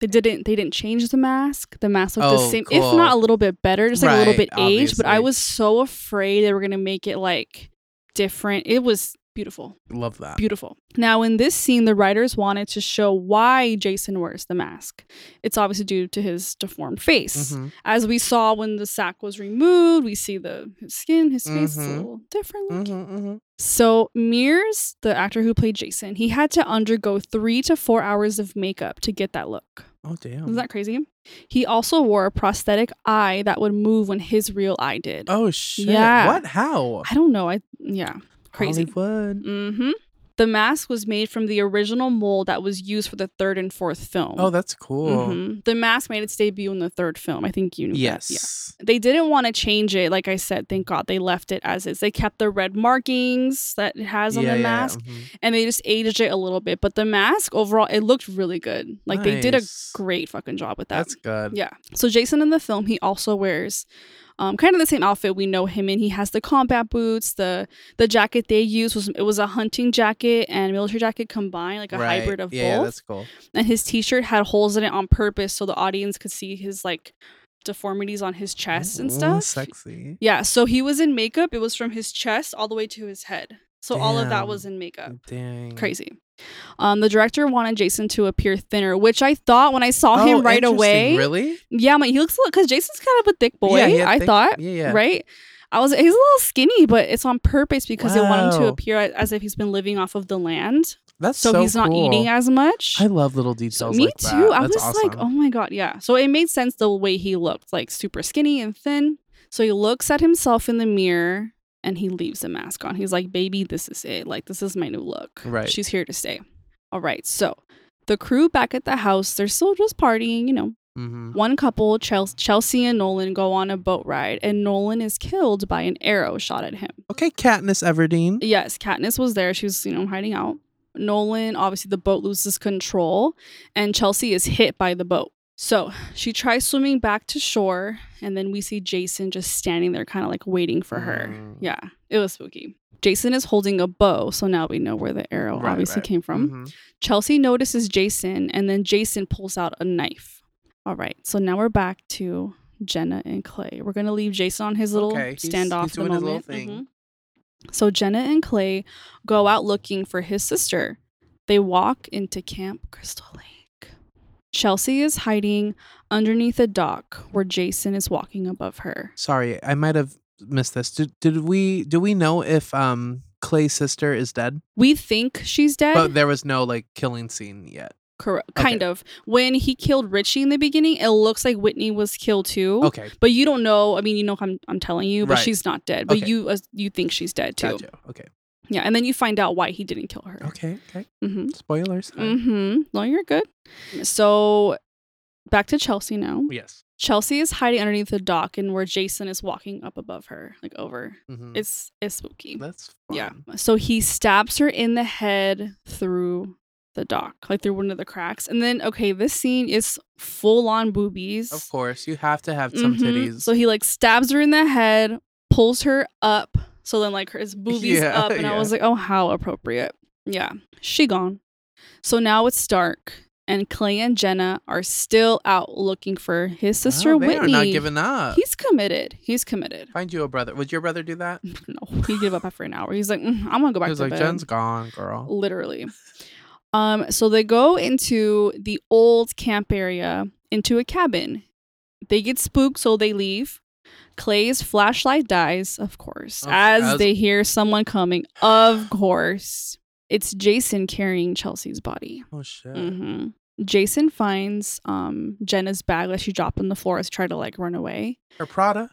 [SPEAKER 2] They didn't. They didn't change the mask. The mask looked the
[SPEAKER 3] Oh,
[SPEAKER 2] same, if
[SPEAKER 3] cool.
[SPEAKER 2] not a little bit better, just like a little
[SPEAKER 3] Right,
[SPEAKER 2] bit aged. But I
[SPEAKER 3] obviously.
[SPEAKER 2] was so afraid they were gonna make it like different. It was beautiful,
[SPEAKER 3] Love that.
[SPEAKER 2] beautiful. Now in this scene, the writers wanted to show why Jason wears the mask. It's obviously due to his deformed face.
[SPEAKER 3] Mhm.
[SPEAKER 2] As we saw when the sack was removed, we see the his skin, his face is a
[SPEAKER 3] Mhm.
[SPEAKER 2] little different. looking.
[SPEAKER 3] Mhm, mhm.
[SPEAKER 2] So Mears, the actor who played Jason, he had to undergo three to four hours of makeup to get that look.
[SPEAKER 3] Oh damn.
[SPEAKER 2] Isn't that crazy? He also wore a prosthetic eye that would move when his real eye did.
[SPEAKER 3] oh shit.
[SPEAKER 2] Yeah.
[SPEAKER 3] What? How?
[SPEAKER 2] I don't know. I yeah, crazy.
[SPEAKER 3] Hollywood.
[SPEAKER 2] Mm-hmm. The mask was made from the original mold that was used for the third and fourth film.
[SPEAKER 3] Oh, that's cool.
[SPEAKER 2] Mhm. The mask made its debut in the third film. I think you knew. that,
[SPEAKER 3] Yes.
[SPEAKER 2] Yeah. They didn't want to change it. Like I said, thank God they left it as is. They kept the red markings that it has on
[SPEAKER 3] Yeah,
[SPEAKER 2] the
[SPEAKER 3] yeah,
[SPEAKER 2] mask.
[SPEAKER 3] mhm.
[SPEAKER 2] and they just aged it a little bit. But the mask overall, it looked really good. Like they did a
[SPEAKER 3] Nice.
[SPEAKER 2] great fucking job with that.
[SPEAKER 3] That's good.
[SPEAKER 2] yeah. So Jason in the film, he also wears um, kind of the same outfit we know him in. He has the combat boots. the The jacket they used was it was a hunting jacket and military jacket combined, like a
[SPEAKER 3] Right.
[SPEAKER 2] hybrid of
[SPEAKER 3] yeah, Yeah,
[SPEAKER 2] both.
[SPEAKER 3] that's cool.
[SPEAKER 2] and his t shirt had holes in it on purpose so the audience could see his like deformities on his chest and
[SPEAKER 3] Ooh,
[SPEAKER 2] stuff.
[SPEAKER 3] Sexy.
[SPEAKER 2] Yeah. So he was in makeup. It was from his chest all the way to his head. So all of that
[SPEAKER 3] Damn.
[SPEAKER 2] was in makeup
[SPEAKER 3] Dang.
[SPEAKER 2] crazy. Um, the director wanted Jason to appear thinner, which I thought when I saw
[SPEAKER 3] Oh,
[SPEAKER 2] him right
[SPEAKER 3] interesting.
[SPEAKER 2] away.
[SPEAKER 3] Really?
[SPEAKER 2] Yeah, I'm like, he looks a little because Jason's kind of a thick boy.
[SPEAKER 3] Yeah, yeah,
[SPEAKER 2] I
[SPEAKER 3] thick-
[SPEAKER 2] thought,
[SPEAKER 3] Yeah, yeah.
[SPEAKER 2] right? I was he's a little skinny, but it's on purpose because they want him to
[SPEAKER 3] Wow.
[SPEAKER 2] appear a- as if he's been living off of the land,
[SPEAKER 3] That's
[SPEAKER 2] so, he's not
[SPEAKER 3] cool.
[SPEAKER 2] eating as much.
[SPEAKER 3] I love little
[SPEAKER 2] So-
[SPEAKER 3] details.
[SPEAKER 2] me
[SPEAKER 3] like
[SPEAKER 2] too.
[SPEAKER 3] That.
[SPEAKER 2] I
[SPEAKER 3] That's
[SPEAKER 2] was
[SPEAKER 3] awesome.
[SPEAKER 2] like, oh my god, yeah. So it made sense the way he looked, like super skinny and thin. So he looks at himself in the mirror and he leaves the mask on. He's like, baby, this is it. Like this is my new look.
[SPEAKER 3] Right.
[SPEAKER 2] She's here to stay. All right. So the crew back at the house, they're still just partying, you know.
[SPEAKER 3] hmm
[SPEAKER 2] One couple, Chel- Chelsea and Nolan, go on a boat ride, and Nolan is killed by an arrow shot at him.
[SPEAKER 3] Okay, Katniss Everdeen.
[SPEAKER 2] Yes, Katniss was there. She was, you know, hiding out. Nolan, obviously, the boat loses control, and Chelsea is hit by the boat. So she tries swimming back to shore, and then we see Jason just standing there, kind of like waiting for her.
[SPEAKER 3] Mm.
[SPEAKER 2] Yeah, it was spooky. Jason is holding a bow, so now we know where the arrow
[SPEAKER 3] Right,
[SPEAKER 2] obviously
[SPEAKER 3] right.
[SPEAKER 2] came from.
[SPEAKER 3] Mhm.
[SPEAKER 2] Chelsea notices Jason, and then Jason pulls out a knife. All right, so now we're back to Jenna and Clay. We're gonna leave Jason on his little
[SPEAKER 3] Okay, he's-
[SPEAKER 2] standoff.
[SPEAKER 3] he's
[SPEAKER 2] the
[SPEAKER 3] doing his little
[SPEAKER 2] moment.
[SPEAKER 3] thing.
[SPEAKER 2] Mhm. So Jenna and Clay go out looking for his sister. They walk into Camp Crystal Lake. Chelsea is hiding underneath a dock where Jason is walking above her.
[SPEAKER 3] Sorry, I might have missed this. Did, did we do we know if um Clay's sister is dead?
[SPEAKER 2] We think she's dead.
[SPEAKER 3] But there was no like killing scene yet.
[SPEAKER 2] Correct.
[SPEAKER 3] Okay.
[SPEAKER 2] Kind of. When he killed Richie in the beginning, it looks like Whitney was killed too.
[SPEAKER 3] Okay,
[SPEAKER 2] But you don't know. I mean, you know, I'm, I'm telling you, but
[SPEAKER 3] Right.
[SPEAKER 2] she's not dead. But
[SPEAKER 3] Okay.
[SPEAKER 2] you uh, you think she's dead too.
[SPEAKER 3] gotcha. Okay,
[SPEAKER 2] Yeah, and then you find out why he didn't kill her.
[SPEAKER 3] okay, okay.
[SPEAKER 2] Mm-hmm.
[SPEAKER 3] Spoilers. Sorry.
[SPEAKER 2] Mm-hmm. No, you're good. So back to Chelsea now.
[SPEAKER 3] Yes.
[SPEAKER 2] Chelsea is hiding underneath the dock, and where Jason is walking up above her, like over.
[SPEAKER 3] Mhm.
[SPEAKER 2] It's it's spooky.
[SPEAKER 3] that's
[SPEAKER 2] Yeah.
[SPEAKER 3] fun.
[SPEAKER 2] So he stabs her in the head through the dock, like through one of the cracks. And then, okay, this scene is full on boobies.
[SPEAKER 3] Of course, you have to have some
[SPEAKER 2] Mhm.
[SPEAKER 3] titties.
[SPEAKER 2] So he like stabs her in the head, pulls her up. So then, like, her his boobies
[SPEAKER 3] Yeah,
[SPEAKER 2] up. And I
[SPEAKER 3] yeah.
[SPEAKER 2] was like, oh, how appropriate. Yeah. She gone. So now it's dark. And Clay and Jenna are still out looking for his
[SPEAKER 3] Wow,
[SPEAKER 2] sister
[SPEAKER 3] Oh, they
[SPEAKER 2] Whitney.
[SPEAKER 3] are not giving up.
[SPEAKER 2] He's committed. He's committed. <laughs>
[SPEAKER 3] Find you a brother. Would your brother do that?
[SPEAKER 2] No, he gave up after an hour. He's like, "Mm, I'm gonna go back
[SPEAKER 3] he was
[SPEAKER 2] to
[SPEAKER 3] like,
[SPEAKER 2] bed
[SPEAKER 3] Jen's gone, girl.
[SPEAKER 2] literally. Um, so they go into the old camp area into a cabin. They get spooked, so they leave. Clay's flashlight dies, of course,
[SPEAKER 3] Of-
[SPEAKER 2] as,
[SPEAKER 3] as-
[SPEAKER 2] they hear someone coming. Of course, it's Jason carrying Chelsea's body.
[SPEAKER 3] Oh shit.
[SPEAKER 2] hmm Jason finds um, Jenna's bag that she dropped on the floor as she tried to like run away.
[SPEAKER 3] Her Prada.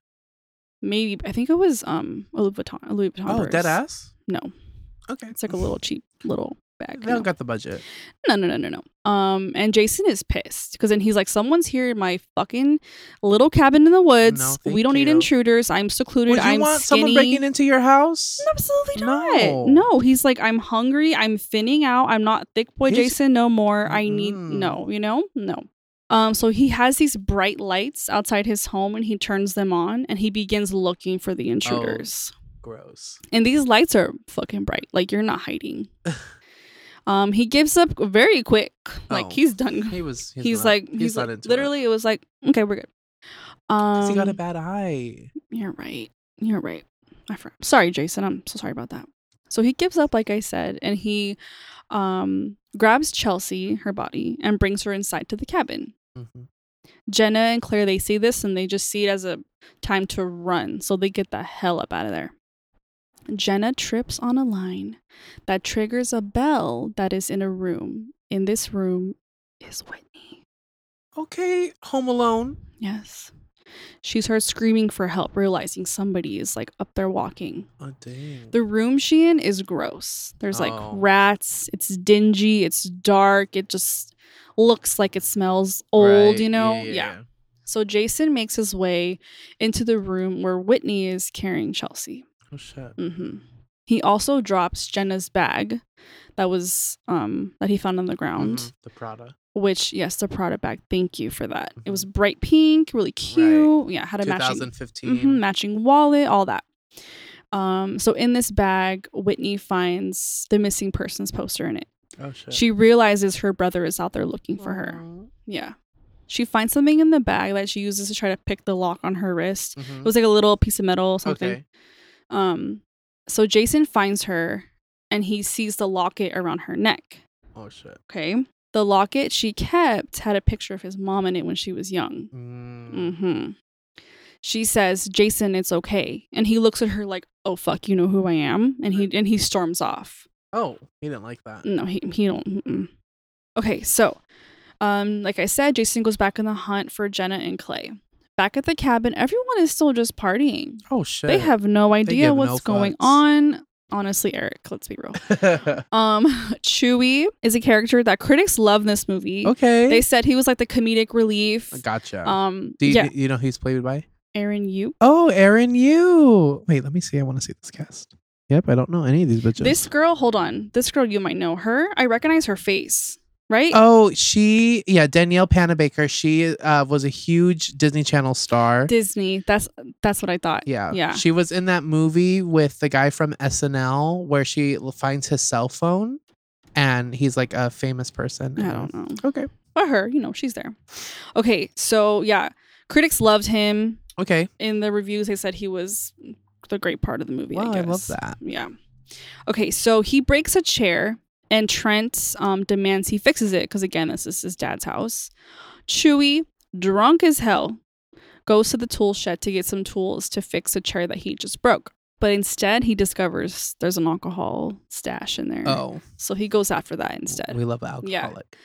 [SPEAKER 2] Maybe I think it was um, a Louis Vuitton. a Louis Vuitton
[SPEAKER 3] Oh,
[SPEAKER 2] purse.
[SPEAKER 3] dead ass.
[SPEAKER 2] No,
[SPEAKER 3] Okay.
[SPEAKER 2] it's like a little cheap little bag.
[SPEAKER 3] They
[SPEAKER 2] you know?
[SPEAKER 3] don't got the budget.
[SPEAKER 2] no no no no no um and jason is pissed because then he's like someone's here in my fucking little cabin in the woods
[SPEAKER 3] thank
[SPEAKER 2] we don't need
[SPEAKER 3] you."
[SPEAKER 2] intruders i'm secluded
[SPEAKER 3] Would you
[SPEAKER 2] i'm
[SPEAKER 3] want someone
[SPEAKER 2] skinny
[SPEAKER 3] breaking into your house?
[SPEAKER 2] absolutely not no.
[SPEAKER 3] No.
[SPEAKER 2] he's like i'm hungry i'm thinning out i'm not thick boy
[SPEAKER 3] He's-
[SPEAKER 2] jason no more i need
[SPEAKER 3] Mm-mm.
[SPEAKER 2] no you know no um so he has these bright lights outside his home and he turns them on and he begins looking for
[SPEAKER 3] Oh,
[SPEAKER 2] the intruders
[SPEAKER 3] Gross. <laughs>
[SPEAKER 2] and these lights are fucking bright. Like you're not hiding. Um, he gives up very quick. Like
[SPEAKER 3] Oh.
[SPEAKER 2] he's done.
[SPEAKER 3] He was.
[SPEAKER 2] He's,
[SPEAKER 3] not-
[SPEAKER 2] like, he's,
[SPEAKER 3] not
[SPEAKER 2] like-
[SPEAKER 3] into it.
[SPEAKER 2] literally. It. was like, okay, we're good.
[SPEAKER 3] 'Cause
[SPEAKER 2] Um,
[SPEAKER 3] he got a bad eye.
[SPEAKER 2] You're right. You're right. I forgot. Sorry, Jason. I'm so sorry about that. So he gives up, like I said, and he um, grabs Chelsea, her body, and brings her inside to the cabin.
[SPEAKER 3] Mhm.
[SPEAKER 2] Jenna and Claire, they see this and they just see it as a time to run. So they get the hell up out of there. Jenna trips on a line that triggers a bell that is in a room. In this room is Whitney.
[SPEAKER 3] Okay, Home Alone.
[SPEAKER 2] Yes. She's heard screaming for help, realizing somebody is like up there walking.
[SPEAKER 3] Oh dang.
[SPEAKER 2] The room she in is gross. There's like
[SPEAKER 3] Oh.
[SPEAKER 2] rats. It's dingy. It's dark. It just looks like it smells old,
[SPEAKER 3] Right,
[SPEAKER 2] you know? yeah. So Jason makes his way into the room where Whitney is carrying Chelsea.
[SPEAKER 3] Oh shit.
[SPEAKER 2] hmm He also drops Jenna's bag that was um that he found on the ground,
[SPEAKER 3] Mhm, The Prada.
[SPEAKER 2] which yes, the Prada bag. Thank you for that. It was bright pink, really cute. Yeah, had a matching
[SPEAKER 3] 2015.
[SPEAKER 2] Mhm, matching wallet, all that. Um, so in this bag, Whitney finds the missing persons poster in it.
[SPEAKER 3] Oh shit. Mm-hmm.
[SPEAKER 2] She realizes her brother is out there looking for her. Yeah. She finds something in the bag that she uses to try to pick the lock on her wrist. It
[SPEAKER 3] Mhm.
[SPEAKER 2] was like a little piece of metal, something.
[SPEAKER 3] Okay.
[SPEAKER 2] Um, so Jason finds her and he sees the locket around her neck.
[SPEAKER 3] Oh shit.
[SPEAKER 2] Okay. The locket she kept had a picture of his mom in it when she was young.
[SPEAKER 3] Mm.
[SPEAKER 2] Mm-hmm. She says, "Jason, it's okay." And he looks at her like, "Oh fuck, you know who I am." And he and he storms off.
[SPEAKER 3] Oh, he didn't like that.
[SPEAKER 2] No, he he don't. Mm-mm. Okay, so, um, like I said, Jason goes back on the hunt for Jenna and Clay. Back at the cabin, everyone is still just partying.
[SPEAKER 3] Oh shit.
[SPEAKER 2] They have no idea
[SPEAKER 3] give
[SPEAKER 2] what's
[SPEAKER 3] no
[SPEAKER 2] going
[SPEAKER 3] fucks.
[SPEAKER 2] on. Honestly, Eric, let's be real. Um, <laughs> Chewie is a character that critics love in this movie.
[SPEAKER 3] <laughs> okay.
[SPEAKER 2] They said he was like the comedic relief.
[SPEAKER 3] gotcha.
[SPEAKER 2] Um,
[SPEAKER 3] Do you,
[SPEAKER 2] yeah,
[SPEAKER 3] you know who he's played by?
[SPEAKER 2] Aaron, you.
[SPEAKER 3] Oh, Aaron Yu. Wait, let me see. I want to see this cast. Yep, I don't know any of these bitches.
[SPEAKER 2] This girl, hold on. This girl, you might know her. I recognize her face, right?
[SPEAKER 3] Oh, she yeah, Danielle Panabaker. She uh, was a huge Disney Channel star.
[SPEAKER 2] Disney. That's that's what I thought.
[SPEAKER 3] yeah,
[SPEAKER 2] yeah.
[SPEAKER 3] She was in that movie with the guy from SNL where she l- finds his cell phone, and he's like a famous person.
[SPEAKER 2] I don't know.
[SPEAKER 3] Okay.
[SPEAKER 2] But her, you know, she's there. Okay, so yeah, critics loved him.
[SPEAKER 3] Okay.
[SPEAKER 2] In the reviews, they said he was the great part of the movie.
[SPEAKER 3] Wow,
[SPEAKER 2] I,
[SPEAKER 3] I love
[SPEAKER 2] guess.
[SPEAKER 3] that.
[SPEAKER 2] Yeah. Okay, so he breaks a chair, and Trent um, demands he fixes it because again, this is his dad's house. Chewy, drunk as hell, goes to the tool shed to get some tools to fix a chair that he just broke. But instead, he discovers there's an alcohol stash in there.
[SPEAKER 3] Oh,
[SPEAKER 2] So he goes after that instead.
[SPEAKER 3] we love
[SPEAKER 2] Yeah.
[SPEAKER 3] alcoholic.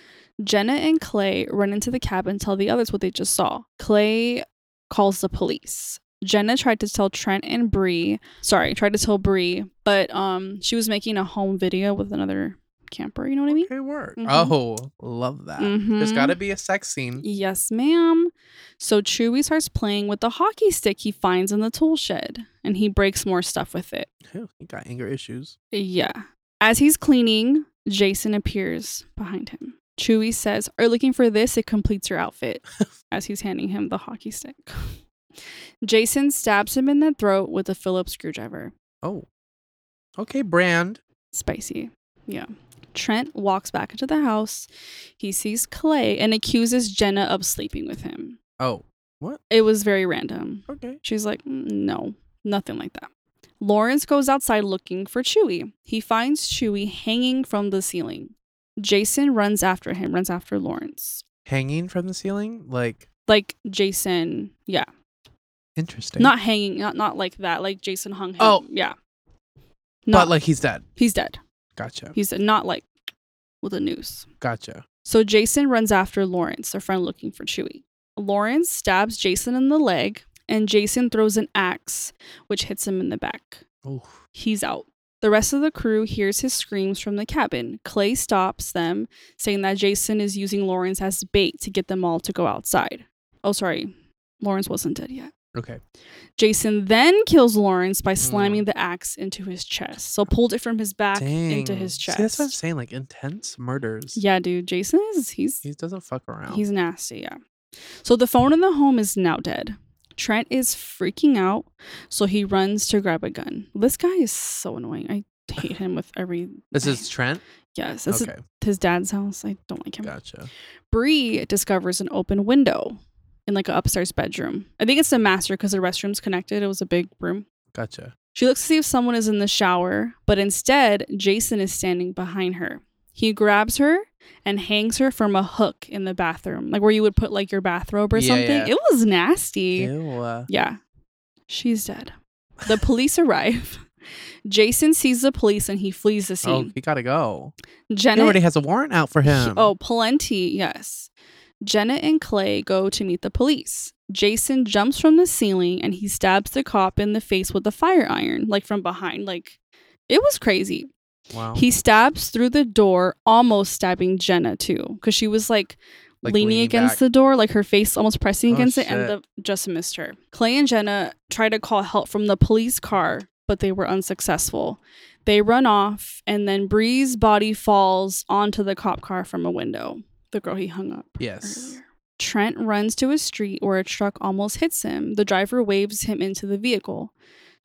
[SPEAKER 2] Jenna and Clay run into the cabin and tell the others what they just saw. Clay calls the police. Jenna tried to tell Trent and Bree, sorry, tried to tell Bree, but um she was making a home video with another camper, you know what I mean?
[SPEAKER 3] Okay, work.
[SPEAKER 2] Mhm.
[SPEAKER 3] Oh, love that. There's
[SPEAKER 2] Mhm.
[SPEAKER 3] Uh, got to be a sex scene.
[SPEAKER 2] Yes, ma'am. So Chewie starts playing with the hockey stick he finds in the tool shed and he breaks more stuff with it.
[SPEAKER 3] Ew, he got anger issues.
[SPEAKER 2] Yeah. As he's cleaning, Jason appears behind him. Chewie says, Are you looking for this? It completes your outfit. As he's handing him the hockey stick. Jason stabs him in the throat with a Phillips screwdriver.
[SPEAKER 3] Oh. Okay, Brand.
[SPEAKER 2] Spicy. Yeah. Trent walks back into the house. He sees Clay and accuses Jenna of sleeping with him.
[SPEAKER 3] Oh.
[SPEAKER 2] It was very random.
[SPEAKER 3] Okay.
[SPEAKER 2] She's like, "Mm, no, nothing like that. Lawrence goes outside looking for Chewy. He finds Chewy hanging from the ceiling. Jason runs after him, runs after Lawrence.
[SPEAKER 3] Hanging from the ceiling, like
[SPEAKER 2] Like Jason, yeah,
[SPEAKER 3] interesting.
[SPEAKER 2] not hanging, not not like that. Like Jason hung him.
[SPEAKER 3] Oh.
[SPEAKER 2] yeah.
[SPEAKER 3] but
[SPEAKER 2] Not like
[SPEAKER 3] like he's dead.
[SPEAKER 2] he's dead.
[SPEAKER 3] Gotcha.
[SPEAKER 2] He's dead. not like with a noose.
[SPEAKER 3] Gotcha.
[SPEAKER 2] So Jason runs after Lawrence, their friend looking for Chewie. Lawrence stabs Jason in the leg, and Jason throws an axe, which hits him in the back.
[SPEAKER 3] Oof.
[SPEAKER 2] He's out. The rest of the crew hears his screams from the cabin. Clay stops them, saying that Jason is using Lawrence as bait to get them all to go outside. Oh, sorry. Lawrence wasn't dead yet.
[SPEAKER 3] Okay.
[SPEAKER 2] Jason then kills Lawrence by
[SPEAKER 3] Mm.
[SPEAKER 2] slamming the axe into his chest. So pulled it from his back
[SPEAKER 3] Dang.
[SPEAKER 2] into his
[SPEAKER 3] See, that's what I'm
[SPEAKER 2] chest.
[SPEAKER 3] saying. Like intense murders.
[SPEAKER 2] Yeah, dude. Jason is he's
[SPEAKER 3] He doesn't fuck around.
[SPEAKER 2] He's nasty, yeah. So the phone in the home is now dead. Trent is freaking out, so he runs to grab a gun. This guy is so annoying. I hate him with every. <laughs>
[SPEAKER 3] This is Trent.
[SPEAKER 2] yes. This
[SPEAKER 3] okay,
[SPEAKER 2] is his dad's house. I don't like him.
[SPEAKER 3] gotcha.
[SPEAKER 2] Bree discovers an open window in like an upstairs bedroom. I think it's the master because the restroom's connected. It was a big room.
[SPEAKER 3] Gotcha.
[SPEAKER 2] She looks to see if someone is in the shower, but instead, Jason is standing behind her. He grabs her and hangs her from a hook in the bathroom, like where you would put like your bathrobe or
[SPEAKER 3] Yeah,
[SPEAKER 2] something.
[SPEAKER 3] yeah.
[SPEAKER 2] It was nasty.
[SPEAKER 3] Ew. uh,
[SPEAKER 2] Yeah. She's dead. The police arrive. <laughs> Jason sees the police and he flees the
[SPEAKER 3] Oh,
[SPEAKER 2] scene.
[SPEAKER 3] he gotta go. He
[SPEAKER 2] Jenna
[SPEAKER 3] Oh, already has a warrant out for
[SPEAKER 2] he-
[SPEAKER 3] him.
[SPEAKER 2] Oh, plenty, yes. Jenna and Clay go to meet the police. Jason jumps from the ceiling and he stabs the cop in the face with a fire iron, like from behind. Like it was crazy.
[SPEAKER 3] wow.
[SPEAKER 2] He stabs through the door, almost stabbing Jenna too, because she was like,
[SPEAKER 3] Like,
[SPEAKER 2] leaning,
[SPEAKER 3] leaning
[SPEAKER 2] against
[SPEAKER 3] back.
[SPEAKER 2] the door, like her face almost pressing
[SPEAKER 3] Oh,
[SPEAKER 2] against it,
[SPEAKER 3] shit.
[SPEAKER 2] and the, just missed her. Clay and Jenna try to call help from the police car, but they were unsuccessful. They run off, and then Bree's body falls onto the cop car from a window. The girl he hung up
[SPEAKER 3] yes.
[SPEAKER 2] earlier. Trent runs to a street where a truck almost hits him. The driver waves him into the vehicle.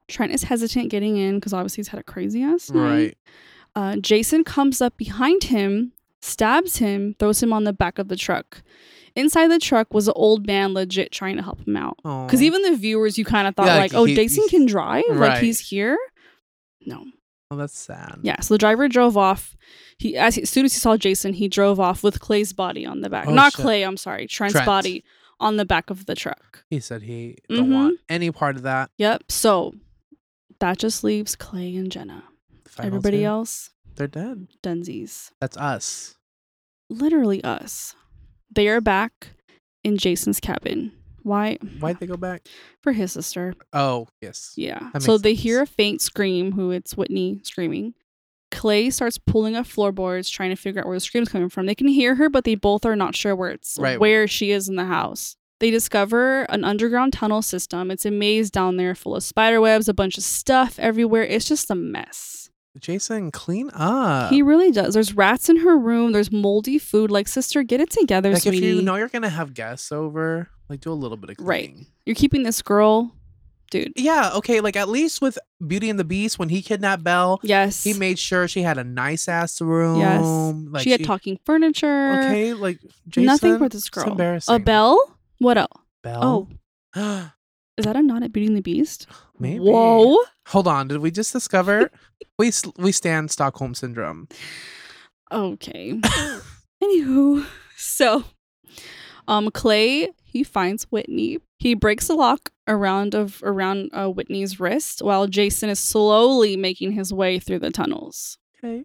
[SPEAKER 2] Trent is hesitant getting in because obviously he's had a crazy ass night.
[SPEAKER 3] Right.
[SPEAKER 2] Uh, Jason comes up behind him, stabs him, throws him on the back of the truck. Inside the truck was an old man legit trying to help him out. Because
[SPEAKER 3] Aw.
[SPEAKER 2] even the viewers, you kind of thought,
[SPEAKER 3] Yeah,
[SPEAKER 2] like,
[SPEAKER 3] like,
[SPEAKER 2] oh,
[SPEAKER 3] he-
[SPEAKER 2] Jason
[SPEAKER 3] he-
[SPEAKER 2] can drive? Like,
[SPEAKER 3] Right.
[SPEAKER 2] he's here? No.
[SPEAKER 3] Oh, that's sad.
[SPEAKER 2] Yeah, so the driver drove off. He as, as soon as he saw Jason, he drove off with Clay's body on the back.
[SPEAKER 3] Oh,
[SPEAKER 2] Not
[SPEAKER 3] shit.
[SPEAKER 2] Clay, I'm sorry, Trent's
[SPEAKER 3] Trent.
[SPEAKER 2] body on the back of the truck.
[SPEAKER 3] He said he don't
[SPEAKER 2] Mhm.
[SPEAKER 3] want any part of that.
[SPEAKER 2] Yep. So that just leaves Clay and Jenna.
[SPEAKER 3] Final
[SPEAKER 2] Everybody
[SPEAKER 3] two,
[SPEAKER 2] else,
[SPEAKER 3] they're dead.
[SPEAKER 2] Dunsies.
[SPEAKER 3] That's us.
[SPEAKER 2] literally us. They are back in Jason's cabin. Why?
[SPEAKER 3] Why'd they go back?
[SPEAKER 2] For his sister.
[SPEAKER 3] Oh, yes.
[SPEAKER 2] Yeah.
[SPEAKER 3] That
[SPEAKER 2] So
[SPEAKER 3] makes
[SPEAKER 2] they
[SPEAKER 3] sense.
[SPEAKER 2] hear a faint scream, who it's Whitney screaming. Clay starts pulling up floorboards, trying to figure out where the scream's coming from. They can hear her, but they both are not sure where it's
[SPEAKER 3] Right.
[SPEAKER 2] where she is in the house. They discover an underground tunnel system. It's a maze down there full of spider webs, a bunch of stuff everywhere. It's just a mess.
[SPEAKER 3] Jason, clean up.
[SPEAKER 2] he really does. There's rats in her room. There's moldy food. Like, sister, get it together,
[SPEAKER 3] like
[SPEAKER 2] sweetie.
[SPEAKER 3] if you know you're gonna have guests over, like do a little bit of
[SPEAKER 2] Right.
[SPEAKER 3] cleaning.
[SPEAKER 2] You're keeping this girl, dude.
[SPEAKER 3] Yeah, okay. Like at least with Beauty and the Beast, when he kidnapped Belle,
[SPEAKER 2] Yes.
[SPEAKER 3] he made sure she had a nice ass room. Like,
[SPEAKER 2] she had talking furniture.
[SPEAKER 3] Okay, like Jason.
[SPEAKER 2] Nothing for this
[SPEAKER 3] it's
[SPEAKER 2] girl.
[SPEAKER 3] embarrassing.
[SPEAKER 2] A bell? What else?
[SPEAKER 3] Belle. Oh,
[SPEAKER 2] Is that a nod at Beauty and the Beast?
[SPEAKER 3] <gasps> maybe.
[SPEAKER 2] Whoa.
[SPEAKER 3] Hold on. Did we
[SPEAKER 2] <laughs>
[SPEAKER 3] just discover we s- we stand Stockholm syndrome? <laughs>
[SPEAKER 2] Okay. Anywho, so um Clay he finds Whitney. He breaks a lock around of around uh, Whitney's wrist while Jason is slowly making his way through the tunnels.
[SPEAKER 3] Okay.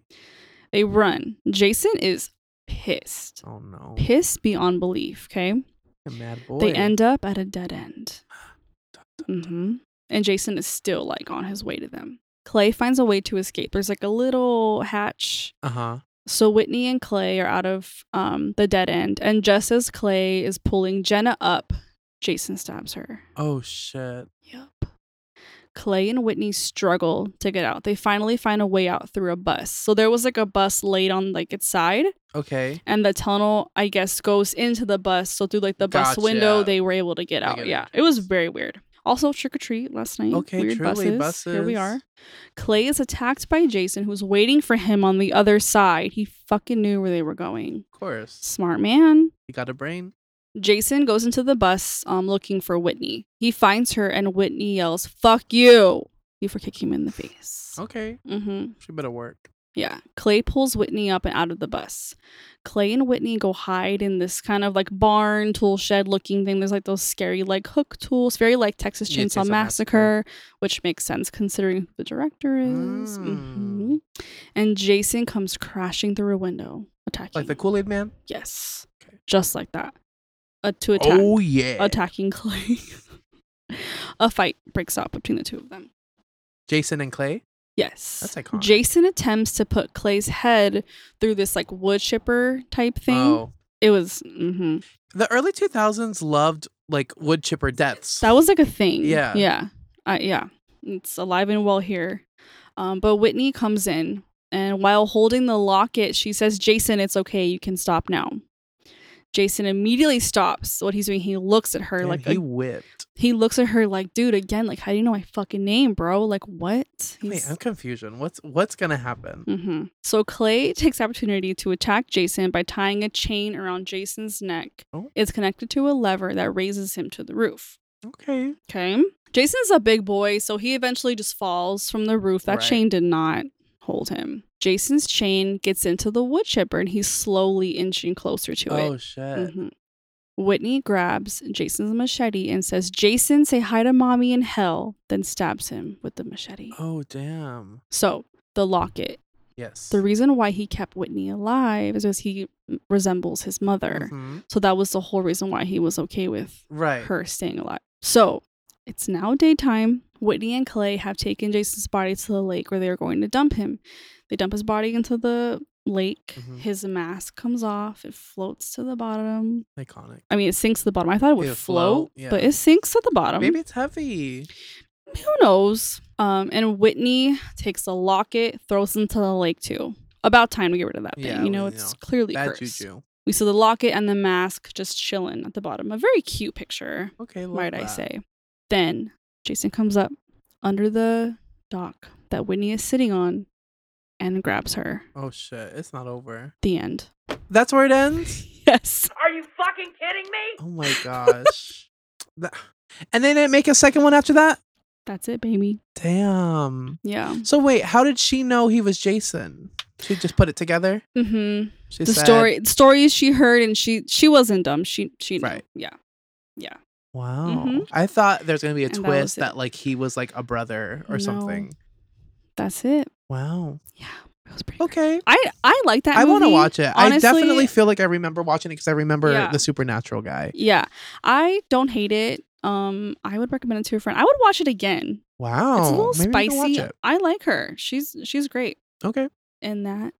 [SPEAKER 2] They run. Jason is pissed.
[SPEAKER 3] Oh no.
[SPEAKER 2] Pissed beyond belief, okay?
[SPEAKER 3] A mad boy.
[SPEAKER 2] They end up at a dead end. hmm And Jason is still like on his way to them. Clay finds a way to escape. There's like a little hatch.
[SPEAKER 3] Uh huh.
[SPEAKER 2] So Whitney and Clay are out of um, the dead end. And just as Clay is pulling Jenna up, Jason stabs her.
[SPEAKER 3] Oh shit.
[SPEAKER 2] Yep. Clay and Whitney struggle to get out. They finally find a way out through a bus. So there was like a bus laid on like its side
[SPEAKER 3] Okay.
[SPEAKER 2] and the tunnel i guess goes into the bus so through like the bus
[SPEAKER 3] Gotcha.
[SPEAKER 2] window they were able to get
[SPEAKER 3] I
[SPEAKER 2] out
[SPEAKER 3] get it.
[SPEAKER 2] yeah it was very weird also trick or treat last night
[SPEAKER 3] Okay,
[SPEAKER 2] weird
[SPEAKER 3] truly,
[SPEAKER 2] buses. here we are
[SPEAKER 3] buses.
[SPEAKER 2] clay is attacked by jason who's waiting for him on the other side he fucking knew where they were going
[SPEAKER 3] Of course.
[SPEAKER 2] smart man
[SPEAKER 3] You got a brain.
[SPEAKER 2] jason goes into the bus um looking for whitney he finds her and whitney yells fuck you you for kicking him in the face
[SPEAKER 3] Okay.
[SPEAKER 2] mm-hmm
[SPEAKER 3] She better work.
[SPEAKER 2] yeah. Clay pulls Whitney up and out of the bus. Clay and Whitney go hide in this kind of like barn tool shed looking thing. There's like those scary like hook tools, very like Texas
[SPEAKER 3] Yeah,
[SPEAKER 2] Chainsaw
[SPEAKER 3] Chainsaw
[SPEAKER 2] Massacre,
[SPEAKER 3] Massacre.
[SPEAKER 2] which makes sense considering who the director
[SPEAKER 3] Mm.
[SPEAKER 2] is. Mhm. And Jason comes crashing through a window, attacking.
[SPEAKER 3] Like the Kool Aid Man.
[SPEAKER 2] yes,
[SPEAKER 3] Okay. Oh,
[SPEAKER 2] just like that. Uh, to attack
[SPEAKER 3] yeah.
[SPEAKER 2] attacking Clay. <laughs> a fight breaks out between the two of them.
[SPEAKER 3] Jason and Clay.
[SPEAKER 2] Yes.
[SPEAKER 3] That's iconic.
[SPEAKER 2] Jason attempts to put Clay's head through this like wood chipper type thing.
[SPEAKER 3] Oh.
[SPEAKER 2] It was mhm.
[SPEAKER 3] The early 2000s loved like wood chipper deaths.
[SPEAKER 2] that was like a thing.
[SPEAKER 3] Yeah.
[SPEAKER 2] Yeah. I yeah. It's alive and well here. Um, but Whitney comes in and while holding the locket, she says, Jason, it's okay. You can stop now. Jason immediately stops what he's doing. He looks at her
[SPEAKER 3] Damn,
[SPEAKER 2] like
[SPEAKER 3] he
[SPEAKER 2] a
[SPEAKER 3] whipped.
[SPEAKER 2] He looks at her like, dude, again, like, how do you know my fucking name, bro? Like, what?
[SPEAKER 3] Wait,
[SPEAKER 2] He's-
[SPEAKER 3] I'm confusion. What's what's gonna happen?
[SPEAKER 2] hmm So Clay takes the opportunity to attack Jason by tying a chain around Jason's neck.
[SPEAKER 3] Oh.
[SPEAKER 2] It's connected to a lever that raises him Mm-hmm. to the roof.
[SPEAKER 3] Okay.
[SPEAKER 2] Okay. Jason's a big boy, so he eventually just falls from the roof. That
[SPEAKER 3] Right.
[SPEAKER 2] chain did not hold him. Jason's chain gets into the wood chipper and he's slowly inching closer to it.
[SPEAKER 3] Oh shit.
[SPEAKER 2] Mhm. Whitney grabs Jason's machete and says, Jason, say hi to mommy in hell, then stabs him with the machete.
[SPEAKER 3] Oh damn.
[SPEAKER 2] So, the locket.
[SPEAKER 3] Yes.
[SPEAKER 2] The reason why he kept Whitney alive is because he resembles his mother.
[SPEAKER 3] Mhm.
[SPEAKER 2] So, that was the whole reason why he was okay with
[SPEAKER 3] Right.
[SPEAKER 2] her staying alive. So, it's now daytime. Whitney and Clay have taken Jason's body to the lake where they are going to dump him. They dump his body into the lake.
[SPEAKER 3] Mhm.
[SPEAKER 2] His mask comes off, it floats to the bottom.
[SPEAKER 3] Iconic.
[SPEAKER 2] I mean, it sinks to the bottom. I thought it would
[SPEAKER 3] It'll
[SPEAKER 2] float,
[SPEAKER 3] float, yeah.
[SPEAKER 2] but it sinks to the bottom.
[SPEAKER 3] Maybe it's heavy.
[SPEAKER 2] Who knows? Um, and Whitney takes the locket, throws it into the lake too. About time to get rid of that thing.
[SPEAKER 3] Yeah,
[SPEAKER 2] you know,
[SPEAKER 3] we
[SPEAKER 2] it's
[SPEAKER 3] know.
[SPEAKER 2] clearly
[SPEAKER 3] Bad
[SPEAKER 2] cursed.
[SPEAKER 3] juju.
[SPEAKER 2] We see the locket and the mask just chilling at the bottom. A very cute picture,
[SPEAKER 3] Okay. love
[SPEAKER 2] might I
[SPEAKER 3] that.
[SPEAKER 2] say. Then Jason comes up under the dock that Whitney is sitting on and grabs her.
[SPEAKER 3] Oh shit. It's not over.
[SPEAKER 2] The end.
[SPEAKER 3] That's where it ends.
[SPEAKER 2] Yes.
[SPEAKER 5] Are you fucking kidding me?
[SPEAKER 2] <laughs>
[SPEAKER 3] Oh my gosh. Th- and they didn't make a second one after that?
[SPEAKER 2] That's it, baby.
[SPEAKER 3] Damn.
[SPEAKER 2] Yeah.
[SPEAKER 3] So wait, how did she know he was Jason? She just put it together?
[SPEAKER 2] Mm-hmm.
[SPEAKER 3] She
[SPEAKER 2] the
[SPEAKER 3] said-
[SPEAKER 2] story the stories she heard and she she wasn't dumb she she knew.
[SPEAKER 3] Right.
[SPEAKER 2] yeah
[SPEAKER 3] Wow.
[SPEAKER 2] Mhm.
[SPEAKER 3] I thought there's gonna be a
[SPEAKER 2] And that was
[SPEAKER 3] twist
[SPEAKER 2] it.
[SPEAKER 3] that, like he was like a brother or
[SPEAKER 2] No.
[SPEAKER 3] something.
[SPEAKER 2] that's it
[SPEAKER 3] Wow.
[SPEAKER 2] yeah it was pretty great.
[SPEAKER 3] Okay.
[SPEAKER 2] i i like that
[SPEAKER 3] I want to
[SPEAKER 2] movie.
[SPEAKER 3] watch it. I
[SPEAKER 2] Honestly-
[SPEAKER 3] definitely feel like I remember watching it because I remember
[SPEAKER 2] Yeah.
[SPEAKER 3] the supernatural guy.
[SPEAKER 2] yeah i don't hate it um i would recommend it to a friend i would watch it again
[SPEAKER 3] Wow.
[SPEAKER 2] it's a little
[SPEAKER 3] Oh, Maybe we can watch
[SPEAKER 2] spicy
[SPEAKER 3] it.
[SPEAKER 2] i like her she's she's great
[SPEAKER 3] Okay.
[SPEAKER 2] and that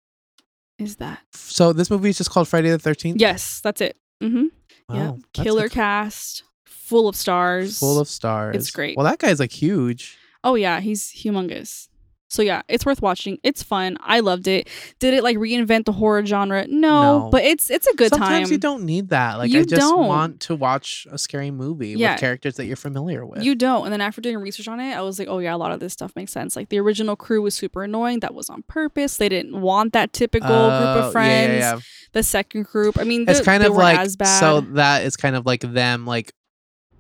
[SPEAKER 2] is that
[SPEAKER 3] So this movie is just called Friday the 13th?
[SPEAKER 2] yes that's it mm-hmm yeah
[SPEAKER 3] Wow, that's
[SPEAKER 2] killer
[SPEAKER 3] like
[SPEAKER 2] cast full of stars
[SPEAKER 3] Full of stars.
[SPEAKER 2] great.
[SPEAKER 3] Well, that guy's like huge.
[SPEAKER 2] Oh yeah, he's humongous. So yeah, it's worth watching. It's fun. I loved it. Did it like reinvent the horror genre? No,
[SPEAKER 3] No.
[SPEAKER 2] but it's it's a good
[SPEAKER 3] Sometimes
[SPEAKER 2] time.
[SPEAKER 3] you don't need that. Like I
[SPEAKER 2] You
[SPEAKER 3] just
[SPEAKER 2] don't.
[SPEAKER 3] want to watch a scary movie
[SPEAKER 2] Yeah.
[SPEAKER 3] with characters that you're familiar with.
[SPEAKER 2] You don't. And then after doing research on it, I was like, oh yeah, a lot of this stuff makes sense. Like the original crew was super annoying. That was on purpose. They didn't want that typical group
[SPEAKER 3] Oh,
[SPEAKER 2] of friends.
[SPEAKER 3] Yeah, yeah, yeah.
[SPEAKER 2] The second group. I mean,
[SPEAKER 3] It's
[SPEAKER 2] they-
[SPEAKER 3] kind
[SPEAKER 2] they
[SPEAKER 3] of
[SPEAKER 2] weren't
[SPEAKER 3] like
[SPEAKER 2] as bad.
[SPEAKER 3] so that is kind of like them like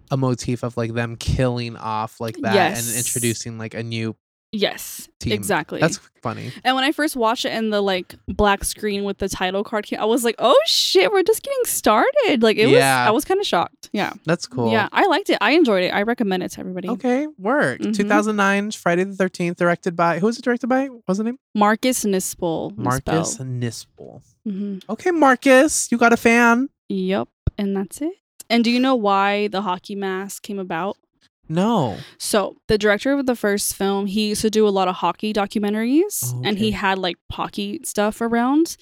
[SPEAKER 3] a motif of like them killing off like that
[SPEAKER 2] Yes.
[SPEAKER 3] and introducing like a new.
[SPEAKER 2] yes,
[SPEAKER 3] team.
[SPEAKER 2] exactly.
[SPEAKER 3] That's funny.
[SPEAKER 2] And when I first watched it and the like black screen with the title card came, I was like, oh shit, we're just getting started. Like it was,
[SPEAKER 3] Yeah.
[SPEAKER 2] I was kind of shocked. Yeah.
[SPEAKER 3] That's cool.
[SPEAKER 2] Yeah, I liked it. I enjoyed it. I recommend it to everybody.
[SPEAKER 3] Okay. Work.
[SPEAKER 2] Mhm.
[SPEAKER 3] 2009's Friday the 13th, directed by who was it directed by? What was the name?
[SPEAKER 2] Marcus Nispel.
[SPEAKER 3] Marcus Nispel.
[SPEAKER 2] hmm
[SPEAKER 3] Okay, Marcus, you got a fan?
[SPEAKER 2] Yep. And that's it. And do you know why the hockey mask came about?
[SPEAKER 3] No.
[SPEAKER 2] So the director of the first film, he used to do a lot of hockey documentaries,
[SPEAKER 3] Oh,
[SPEAKER 2] and he
[SPEAKER 3] okay.
[SPEAKER 2] had like hockey stuff around.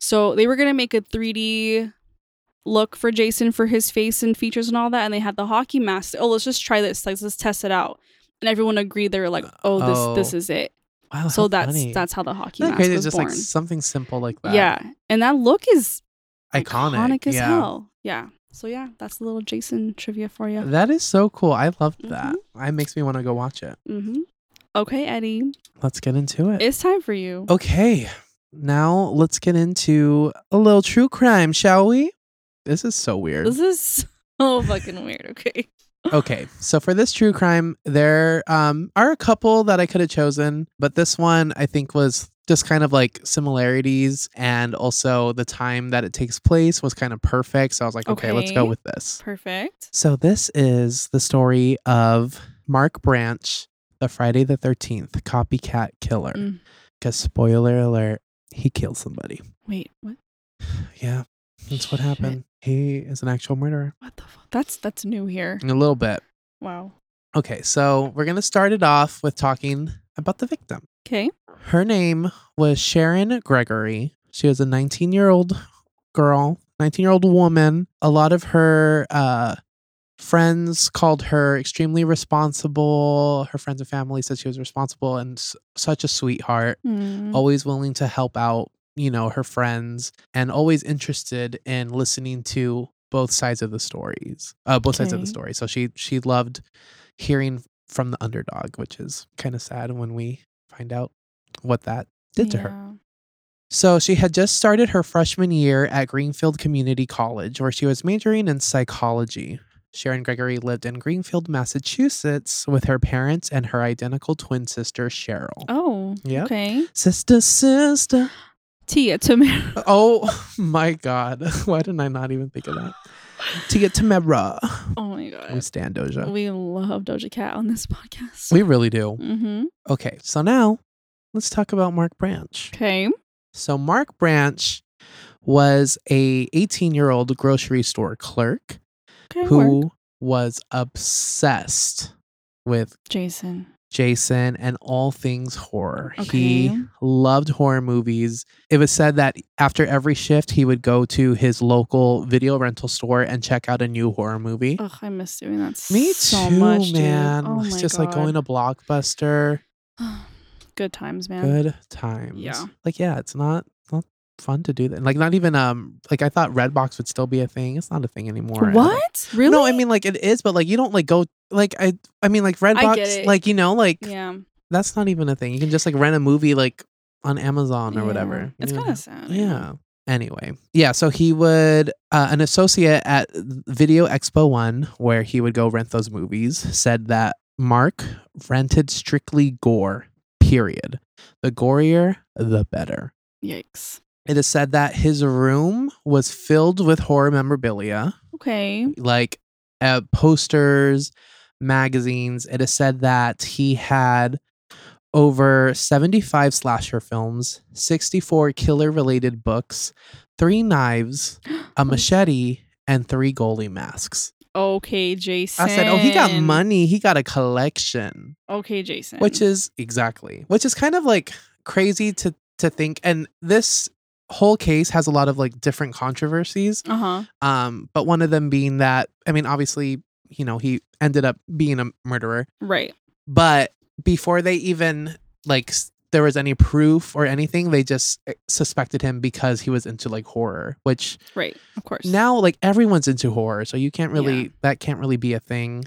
[SPEAKER 2] So they were gonna make a 3D look for Jason for his face and features and all that, and they had the hockey mask. Oh, let's just try this. Like, let's test it out. And everyone agreed. They were like, "Oh, this
[SPEAKER 3] Oh.
[SPEAKER 2] this is it."
[SPEAKER 3] Wow.
[SPEAKER 2] so
[SPEAKER 3] how
[SPEAKER 2] that's
[SPEAKER 3] funny.
[SPEAKER 2] that's how the hockey
[SPEAKER 3] Isn't that
[SPEAKER 2] mask
[SPEAKER 3] crazy.
[SPEAKER 2] was
[SPEAKER 3] It's just
[SPEAKER 2] born.
[SPEAKER 3] like something simple like that.
[SPEAKER 2] Yeah, and that look is
[SPEAKER 3] iconic,
[SPEAKER 2] iconic as
[SPEAKER 3] yeah.
[SPEAKER 2] hell. Yeah. So yeah, that's a little Jason trivia for you.
[SPEAKER 3] That is so cool. I love
[SPEAKER 2] Mm-hmm.
[SPEAKER 3] that. It makes me want to go watch it.
[SPEAKER 2] hmm Okay,
[SPEAKER 3] <laughs>
[SPEAKER 2] Eddie,
[SPEAKER 3] Let's get into it.
[SPEAKER 2] it's time for you.
[SPEAKER 3] okay. Now let's get into a little true crime, shall we? This is so weird.
[SPEAKER 2] This is so fucking weird. Okay.
[SPEAKER 3] okay. So for this true crime, there um, are a couple that I could have chosen, but this one I think was just kind of like similarities and also the time that it takes place was kind of perfect. So I was like, okay let's go
[SPEAKER 2] Okay.
[SPEAKER 3] with this.
[SPEAKER 2] <laughs> Perfect.
[SPEAKER 3] So this is the story of Mark Branch, the Friday the 13th copycat killer.
[SPEAKER 2] Mm.
[SPEAKER 3] Because spoiler alert, he killed somebody.
[SPEAKER 2] Wait, what?
[SPEAKER 3] Yeah, that's what
[SPEAKER 2] Shit.
[SPEAKER 3] happened. He is an actual murderer.
[SPEAKER 2] What the fuck? That's that's new here.
[SPEAKER 3] In a little bit.
[SPEAKER 2] Wow.
[SPEAKER 3] Okay, so we're going to start it off with talking about the victim.
[SPEAKER 2] Okay.
[SPEAKER 3] Her name was Sharon Gregory. She was a 19 year old girl, 19 year old woman. A lot of her uh, friends called her extremely responsible. Her friends and family said she was responsible and s- such a sweetheart,
[SPEAKER 2] Mm,
[SPEAKER 3] always willing to help out, you know, her friends and always interested in listening to both sides of the stories. Uh, both sides of the
[SPEAKER 2] Okay.
[SPEAKER 3] story. So she she loved hearing from the underdog, which is kind of sad when we find out what that did to her. So she had just started her freshman year at Greenfield Community College, where she was majoring in psychology. Sharon Gregory lived in Greenfield, Massachusetts, with her parents and her identical twin sister Cheryl.
[SPEAKER 2] Oh.
[SPEAKER 3] Yeah.
[SPEAKER 2] Okay.
[SPEAKER 3] Sister, sister.
[SPEAKER 2] Tia Tamara. <laughs>
[SPEAKER 3] Oh <laughs> my God. <laughs> Why didn't I not even think of that? To get Tamara.
[SPEAKER 2] Oh my
[SPEAKER 3] We
[SPEAKER 2] god.
[SPEAKER 3] stand Doja.
[SPEAKER 2] We love Doja Cat on this <laughs> podcast.
[SPEAKER 3] We really do.
[SPEAKER 2] mm-hmm.
[SPEAKER 3] Okay, so now let's talk about Mark Branch.
[SPEAKER 2] Okay.
[SPEAKER 3] So Mark Branch was a 18-year-old grocery store clerk
[SPEAKER 2] Okay.
[SPEAKER 3] who
[SPEAKER 2] work.
[SPEAKER 3] was obsessed with
[SPEAKER 2] Jason.
[SPEAKER 3] Jason and all things horror.
[SPEAKER 2] Okay.
[SPEAKER 3] He loved horror movies. It was said that after every shift, he would go to his local video rental store and check out a new horror movie.
[SPEAKER 2] Ugh, I miss doing that
[SPEAKER 3] Me
[SPEAKER 2] Oh, so
[SPEAKER 3] too,
[SPEAKER 2] much, dude.
[SPEAKER 3] man.
[SPEAKER 2] Oh
[SPEAKER 3] it's
[SPEAKER 2] my
[SPEAKER 3] just like
[SPEAKER 2] God.
[SPEAKER 3] going to Blockbuster.
[SPEAKER 2] <sighs> Good times, man.
[SPEAKER 3] Good times.
[SPEAKER 2] Yeah.
[SPEAKER 3] Like, yeah, it's not, it's not fun to do that. Like, not even, um, like I thought Redbox would still be a thing. It's not a thing anymore.
[SPEAKER 2] What? Really?
[SPEAKER 3] No, I mean like it is, but like you don't like go like I I mean like
[SPEAKER 2] get
[SPEAKER 3] Redbox,
[SPEAKER 2] it.
[SPEAKER 3] like you know, like
[SPEAKER 2] yeah.
[SPEAKER 3] that's not even a thing. You can just like rent a movie like on Amazon or
[SPEAKER 2] yeah.
[SPEAKER 3] whatever.
[SPEAKER 2] It's
[SPEAKER 3] Yeah.
[SPEAKER 2] kind of sad.
[SPEAKER 3] Yeah. Anyway, yeah. So he would uh, an associate at Video Expo One, where he would go rent those movies, said that Mark rented strictly gore. Period. The gorier, the better.
[SPEAKER 2] Yikes.
[SPEAKER 3] It is said that his room was filled with horror memorabilia
[SPEAKER 2] Okay.
[SPEAKER 3] like uh, posters, magazines. It is said that he had over 75 slasher films, 64 killer related books, three knives, a machete, and three goalie masks.
[SPEAKER 2] Okay, Jason.
[SPEAKER 3] I said, Oh, he got money. He got a collection,
[SPEAKER 2] Okay, Jason.
[SPEAKER 3] which is exactly, which is kind of like crazy to, to think. And this whole case has a lot of like different controversies.
[SPEAKER 2] uh huh.
[SPEAKER 3] Um, but one of them being that, I mean, obviously, you know, he ended up being a murderer,
[SPEAKER 2] Right.
[SPEAKER 3] but before they even like s- there was any proof or anything, they just eh, suspected him because he was into like horror, which
[SPEAKER 2] Right. Of course.
[SPEAKER 3] now like everyone's into horror, so you can't really
[SPEAKER 2] Yeah.
[SPEAKER 3] that can't really be a thing.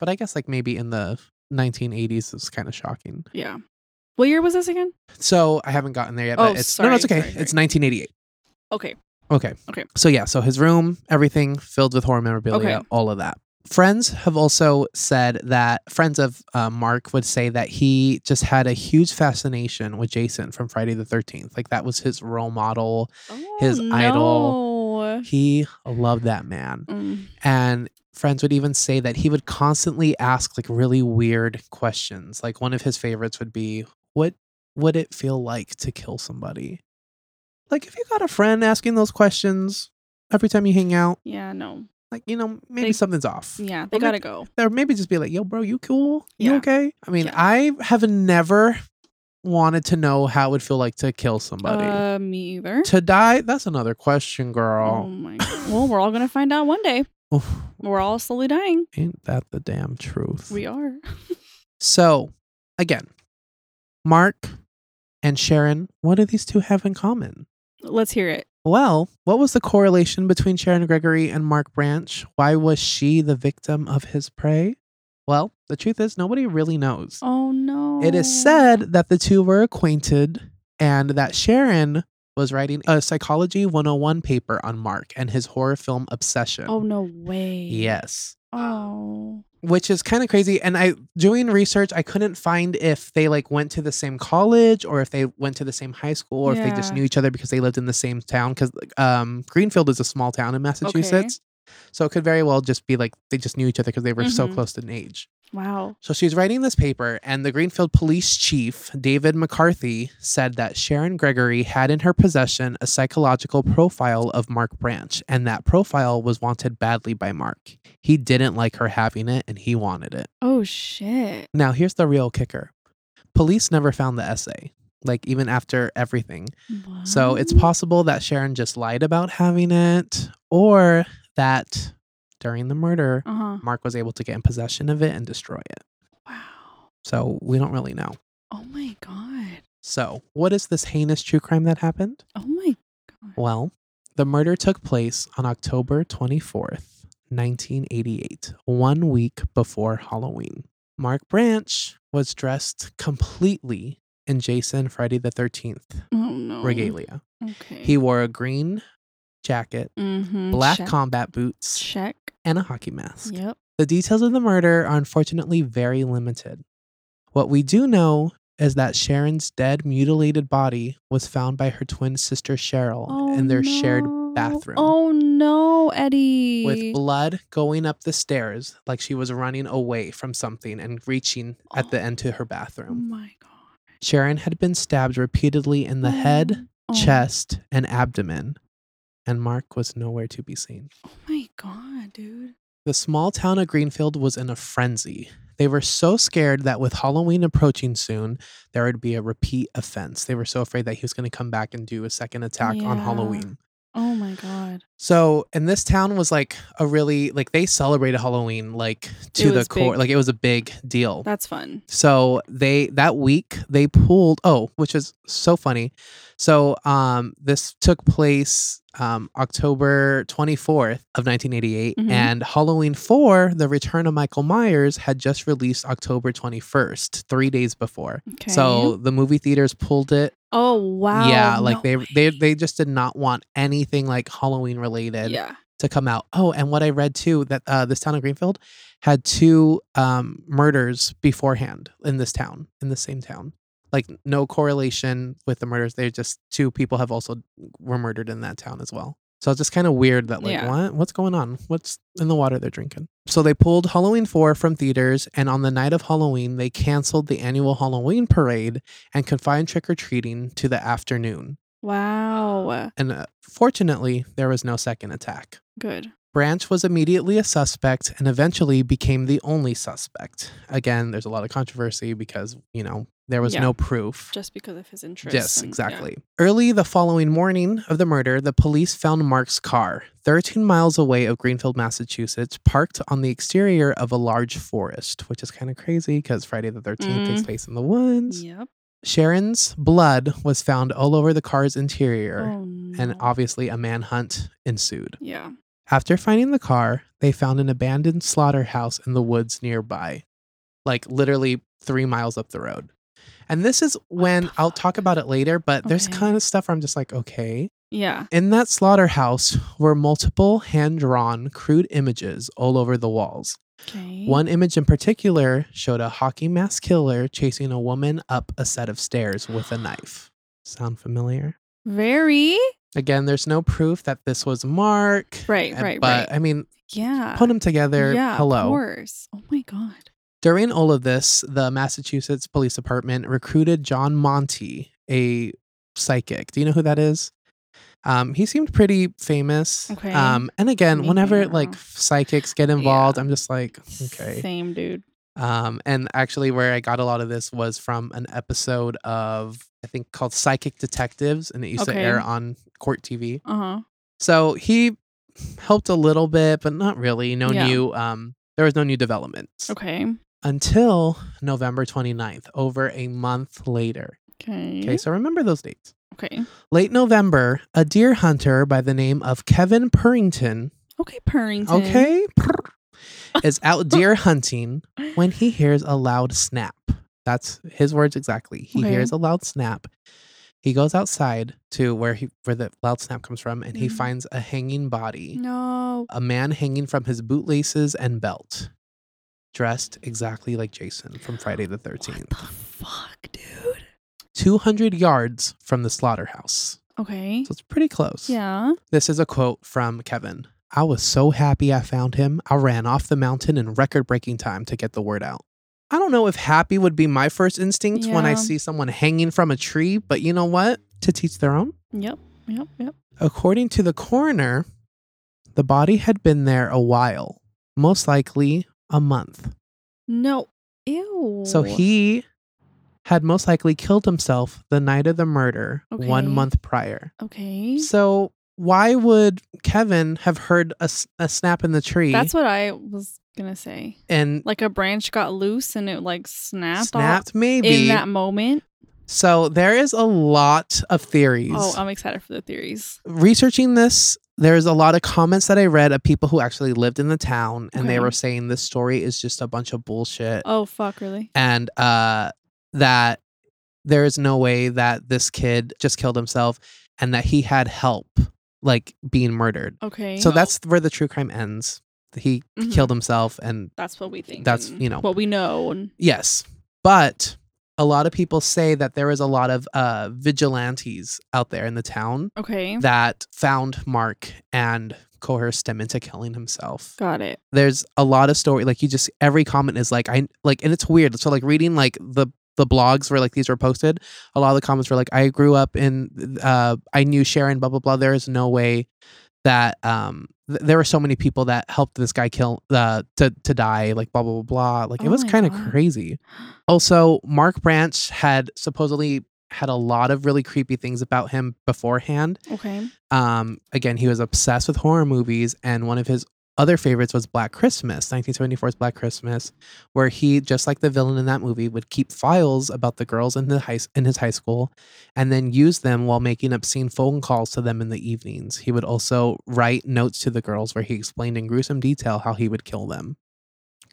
[SPEAKER 3] But I guess like maybe in the 1980s it's kind of shocking.
[SPEAKER 2] Yeah. What year was this again?
[SPEAKER 3] So I haven't gotten there yet.
[SPEAKER 2] Oh,
[SPEAKER 3] but it's, no, no, it's okay.
[SPEAKER 2] sorry, sorry,
[SPEAKER 3] It's
[SPEAKER 2] sorry.
[SPEAKER 3] 1988.
[SPEAKER 2] Okay.
[SPEAKER 3] Okay.
[SPEAKER 2] Okay.
[SPEAKER 3] So yeah, so his room, everything filled with horror memorabilia,
[SPEAKER 2] Okay.
[SPEAKER 3] all of that. Friends have also said that friends of uh, Mark would say that he just had a huge fascination with Jason from Friday the 13th. Like that was his role model.
[SPEAKER 2] Oh,
[SPEAKER 3] His idol.
[SPEAKER 2] no.
[SPEAKER 3] He loved that man.
[SPEAKER 2] Mm.
[SPEAKER 3] And friends would even say that he would constantly ask like really weird questions. Like one of his favorites would be, What would it feel like to kill somebody? Like if you got a friend asking those questions every time you hang out,
[SPEAKER 2] Yeah. No.
[SPEAKER 3] like, you know, maybe
[SPEAKER 2] They-
[SPEAKER 3] something's off.
[SPEAKER 2] Yeah. They
[SPEAKER 3] Well,
[SPEAKER 2] gotta go.
[SPEAKER 3] Or maybe just be like, Yo, bro, you cool? You
[SPEAKER 2] Yeah.
[SPEAKER 3] okay? I mean,
[SPEAKER 2] Yeah.
[SPEAKER 3] I have never wanted to know how it would feel like to kill somebody.
[SPEAKER 2] Uh, me either.
[SPEAKER 3] to die? That's another question,
[SPEAKER 2] Oh
[SPEAKER 3] girl.
[SPEAKER 2] my. God. Well, we're all gonna find out one day.
[SPEAKER 3] Oof,
[SPEAKER 2] We're all slowly dying.
[SPEAKER 3] ain't that the damn truth?
[SPEAKER 2] We are.
[SPEAKER 3] So, again, Mark and Sharon, what do these two have in common?
[SPEAKER 2] Let's hear it.
[SPEAKER 3] Well, what was the correlation between Sharon Gregory and Mark Branch? Why was she the victim of his prey? Well, the truth is, nobody really knows.
[SPEAKER 2] Oh no.
[SPEAKER 3] It is said that the two were acquainted and that Sharon was writing a Psychology 101 paper on Mark and his horror film obsession.
[SPEAKER 2] Oh no way.
[SPEAKER 3] Yes.
[SPEAKER 2] Oh.
[SPEAKER 3] which is kind of crazy and i doing research i couldn't find if they like went to the same college or if they went to the same high school or if they just
[SPEAKER 2] Yeah.
[SPEAKER 3] knew each other because they lived in the same town because um, greenfield is a small town in massachusetts so it could very well just be like they just knew each other because they were so
[SPEAKER 2] Mhm.
[SPEAKER 3] close in age
[SPEAKER 2] Wow.
[SPEAKER 3] so she's writing this paper, and the Greenfield police chief, David McCarthy, said that Sharon Gregory had in her possession a psychological profile of Mark Branch, and that profile was wanted badly by Mark. He didn't like her having it, and he wanted it.
[SPEAKER 2] Oh shit.
[SPEAKER 3] Now, here's the real kicker police never found the essay, like, even after everything. So it's
[SPEAKER 2] Wow.
[SPEAKER 3] possible that Sharon just lied about having it, or that during the murder,
[SPEAKER 2] Uh-huh.
[SPEAKER 3] Mark was able to get in possession of it and destroy it.
[SPEAKER 2] Wow.
[SPEAKER 3] So we don't really know.
[SPEAKER 2] Oh my god.
[SPEAKER 3] So, what is this heinous true crime that happened?
[SPEAKER 2] Oh my god.
[SPEAKER 3] Well, The murder took place on October 24th, 1988, one week before Halloween. Mark Branch was dressed completely in Jason Friday the 13th
[SPEAKER 2] Oh no.
[SPEAKER 3] regalia.
[SPEAKER 2] Okay.
[SPEAKER 3] He wore a green jacket,
[SPEAKER 2] Mhm.
[SPEAKER 3] black
[SPEAKER 2] Check.
[SPEAKER 3] combat boots,
[SPEAKER 2] Check.
[SPEAKER 3] and a hockey mask.
[SPEAKER 2] Yep.
[SPEAKER 3] The details of the murder are unfortunately very limited. What we do know is that Sharon's dead, mutilated body was found by her twin sister Cheryl
[SPEAKER 2] Oh,
[SPEAKER 3] in their shared
[SPEAKER 2] no.
[SPEAKER 3] bathroom.
[SPEAKER 2] Oh no, Eddie.
[SPEAKER 3] With blood going up the stairs like she was running away from something and reaching at the end to her
[SPEAKER 2] Oh
[SPEAKER 3] bathroom.
[SPEAKER 2] my god.
[SPEAKER 3] Sharon had been stabbed repeatedly in the head,
[SPEAKER 2] Oh,
[SPEAKER 3] chest, and abdomen, and Mark was nowhere to be seen.
[SPEAKER 2] Oh my god, dude.
[SPEAKER 3] The small town of Greenfield was in a frenzy. They were so scared that with Halloween approaching soon, there would be a repeat offense. They were so afraid that he was going to come back and do a second attack on
[SPEAKER 2] Yeah.
[SPEAKER 3] Halloween.
[SPEAKER 2] Oh my god.
[SPEAKER 3] So, and this town was like a really, like, they celebrated Halloween like to the
[SPEAKER 2] was
[SPEAKER 3] core.
[SPEAKER 2] big.
[SPEAKER 3] Like, it was a big deal.
[SPEAKER 2] That's fun.
[SPEAKER 3] So they that week they pulled oh, which is so funny. So um this took place um October 24th of 1988
[SPEAKER 2] Mhm.
[SPEAKER 3] and Halloween 4, The Return of Michael Myers had just released October 21st, 3 days before.
[SPEAKER 2] Okay.
[SPEAKER 3] So the movie theaters pulled it.
[SPEAKER 2] Oh wow.
[SPEAKER 3] yeah, like
[SPEAKER 2] no
[SPEAKER 3] they
[SPEAKER 2] way.
[SPEAKER 3] they they just did not want anything like Halloween related
[SPEAKER 2] Yeah.
[SPEAKER 3] to come out. Oh, and what I read too that uh, this town of Greenfield had two um, murders beforehand in this town, in the same town. Like no correlation with the murders. They're just two people have also were murdered in that town as well. So it's just kind of weird that like
[SPEAKER 2] Yeah.
[SPEAKER 3] what what's going on? What's in the water they're drinking? So they pulled Halloween four from theaters, and on the night of Halloween, they canceled the annual Halloween parade and confined trick or treating to the afternoon.
[SPEAKER 2] Wow.
[SPEAKER 3] And uh, fortunately, there was no second attack.
[SPEAKER 2] Good.
[SPEAKER 3] Branch was immediately a suspect and eventually became the only suspect. Again, there's a lot of controversy because, you know, there was
[SPEAKER 2] Yeah.
[SPEAKER 3] no proof.
[SPEAKER 2] Just because of his interest.
[SPEAKER 3] Yes,
[SPEAKER 2] and- yeah.
[SPEAKER 3] exactly. Early the following morning of the murder, the police found Mark's car 13 miles away of Greenfield, Massachusetts, parked on the exterior of a large forest, which is kind of crazy because Friday the 13th
[SPEAKER 2] Mm-hmm.
[SPEAKER 3] takes place in the woods.
[SPEAKER 2] Yep.
[SPEAKER 3] Sharon's blood was found all over the car's interior,
[SPEAKER 2] Oh, no.
[SPEAKER 3] and obviously a manhunt ensued.
[SPEAKER 2] Yeah.
[SPEAKER 3] After finding the car, they found an abandoned slaughterhouse in the woods nearby, like literally three miles up the road. And this is when
[SPEAKER 2] the
[SPEAKER 3] I'll talk about it later, but there's
[SPEAKER 2] Okay.
[SPEAKER 3] kind of stuff where I'm just like, okay.
[SPEAKER 2] Yeah.
[SPEAKER 3] In that slaughterhouse were multiple hand drawn crude images all over the walls.
[SPEAKER 2] Okay.
[SPEAKER 3] One image in particular showed a hockey mask killer chasing a woman up a set of stairs with a knife. Sound familiar?
[SPEAKER 2] very
[SPEAKER 3] Again, there's no proof that this was Mark.
[SPEAKER 2] Right,
[SPEAKER 3] and-
[SPEAKER 2] right,
[SPEAKER 3] But
[SPEAKER 2] right.
[SPEAKER 3] I mean,
[SPEAKER 2] yeah.
[SPEAKER 3] put them together.
[SPEAKER 2] Uh, yeah. Of
[SPEAKER 3] Hello.
[SPEAKER 2] course. Oh my god.
[SPEAKER 3] During all of this, the Massachusetts Police Department recruited John Monty, a psychic. Do you know who that is? Um, he seemed pretty famous.
[SPEAKER 2] Okay.
[SPEAKER 3] Um, and again,
[SPEAKER 2] Me
[SPEAKER 3] whenever
[SPEAKER 2] neither.
[SPEAKER 3] like psychics
[SPEAKER 2] <laughs>
[SPEAKER 3] get involved, I'm just like, okay.
[SPEAKER 2] Same dude.
[SPEAKER 3] Um, and actually, where I got a lot of this was from an episode of I think called Psychic Detectives, and it used to
[SPEAKER 2] Okay.
[SPEAKER 3] air on Court TV.
[SPEAKER 2] Uh huh.
[SPEAKER 3] So he helped a little bit, but not really. No
[SPEAKER 2] Yeah.
[SPEAKER 3] new. Um, there was no new developments
[SPEAKER 2] Okay.
[SPEAKER 3] until November 29th, over a month later.
[SPEAKER 2] Okay.
[SPEAKER 3] Okay, so remember those dates.
[SPEAKER 2] Okay.
[SPEAKER 3] Late November, a deer hunter by the name of Kevin Purrington,
[SPEAKER 2] Okay, Purrington. <laughs>
[SPEAKER 3] okay, is out deer hunting when he hears a loud snap. That's his words exactly. He
[SPEAKER 2] Okay.
[SPEAKER 3] hears a loud snap. He goes outside to where he where the loud snap comes from and he
[SPEAKER 2] Mhm.
[SPEAKER 3] finds a hanging body
[SPEAKER 2] Mm. No.
[SPEAKER 3] a man hanging from his bootlaces and belt, dressed exactly like Jason from Friday the
[SPEAKER 2] What
[SPEAKER 3] 13th,
[SPEAKER 2] the fuck, dude?
[SPEAKER 3] 200 yards from the slaughterhouse.
[SPEAKER 2] Okay.
[SPEAKER 3] So it's pretty close.
[SPEAKER 2] Yeah.
[SPEAKER 3] This is a quote from Kevin I was so happy I found him. I ran off the mountain in record breaking time to get the word out. I don't know if happy would be my first instinct when I
[SPEAKER 2] Yeah.
[SPEAKER 3] see someone hanging from a tree, but you know what? To teach their own.
[SPEAKER 2] Yep. Yep. Yep.
[SPEAKER 3] According to the coroner, the body had been there a while, most likely a month.
[SPEAKER 2] No. Ew.
[SPEAKER 3] So he had most likely killed himself the night of the murder one
[SPEAKER 2] Okay.
[SPEAKER 3] month prior.
[SPEAKER 2] Okay.
[SPEAKER 3] So why would Kevin have heard a, s- a snap in the tree
[SPEAKER 2] That's what I was gonna say.
[SPEAKER 3] and
[SPEAKER 2] Like a branch got loose and it like snapped, off
[SPEAKER 3] snapped maybe?
[SPEAKER 2] in that moment.
[SPEAKER 3] So there is a lot of theories.
[SPEAKER 2] Oh, I'm excited for the theories.
[SPEAKER 3] Researching this, there's a lot of comments that I read of people who actually lived in the town and
[SPEAKER 2] Okay.
[SPEAKER 3] they were saying this story is just a bunch of bullshit
[SPEAKER 2] Oh fuck, really?
[SPEAKER 3] and uh that there is no way that this kid just killed himself and that he had help like being murdered.
[SPEAKER 2] Okay.
[SPEAKER 3] So that's where the true crime ends. He
[SPEAKER 2] Mhm.
[SPEAKER 3] killed himself and
[SPEAKER 2] that's what we think.
[SPEAKER 3] that's,
[SPEAKER 2] and
[SPEAKER 3] you know.
[SPEAKER 2] what we know. And
[SPEAKER 3] Yes, but a lot of people say that there is a lot of uh, vigilantes out there in the town
[SPEAKER 2] okay,
[SPEAKER 3] that found Mark and coerced him into killing himself.
[SPEAKER 2] got it.
[SPEAKER 3] There's a lot of story like you just every comment is like I like and it's weird. So like reading like the the blogs where like these were posted, a lot of the comments were like I grew up in uh I knew Sharon blah blah blah. There is no way that um th- there were so many people that helped this guy kill uh to to die like blah blah blah. blah. Like it
[SPEAKER 2] Oh
[SPEAKER 3] was
[SPEAKER 2] my
[SPEAKER 3] kind of
[SPEAKER 2] God.
[SPEAKER 3] crazy. Also, Mark Branch had supposedly had a lot of really creepy things about him beforehand.
[SPEAKER 2] Okay.
[SPEAKER 3] Um, again, he was obsessed with horror movies, and one of his other favorites was Black Christmas, 1974's Black Christmas, where he, just like the villain in that movie, would keep files about the girls in the high in his high school, and then use them while making obscene phone calls to them in the evenings. He would also write notes to the girls where he explained in gruesome detail how he would kill them.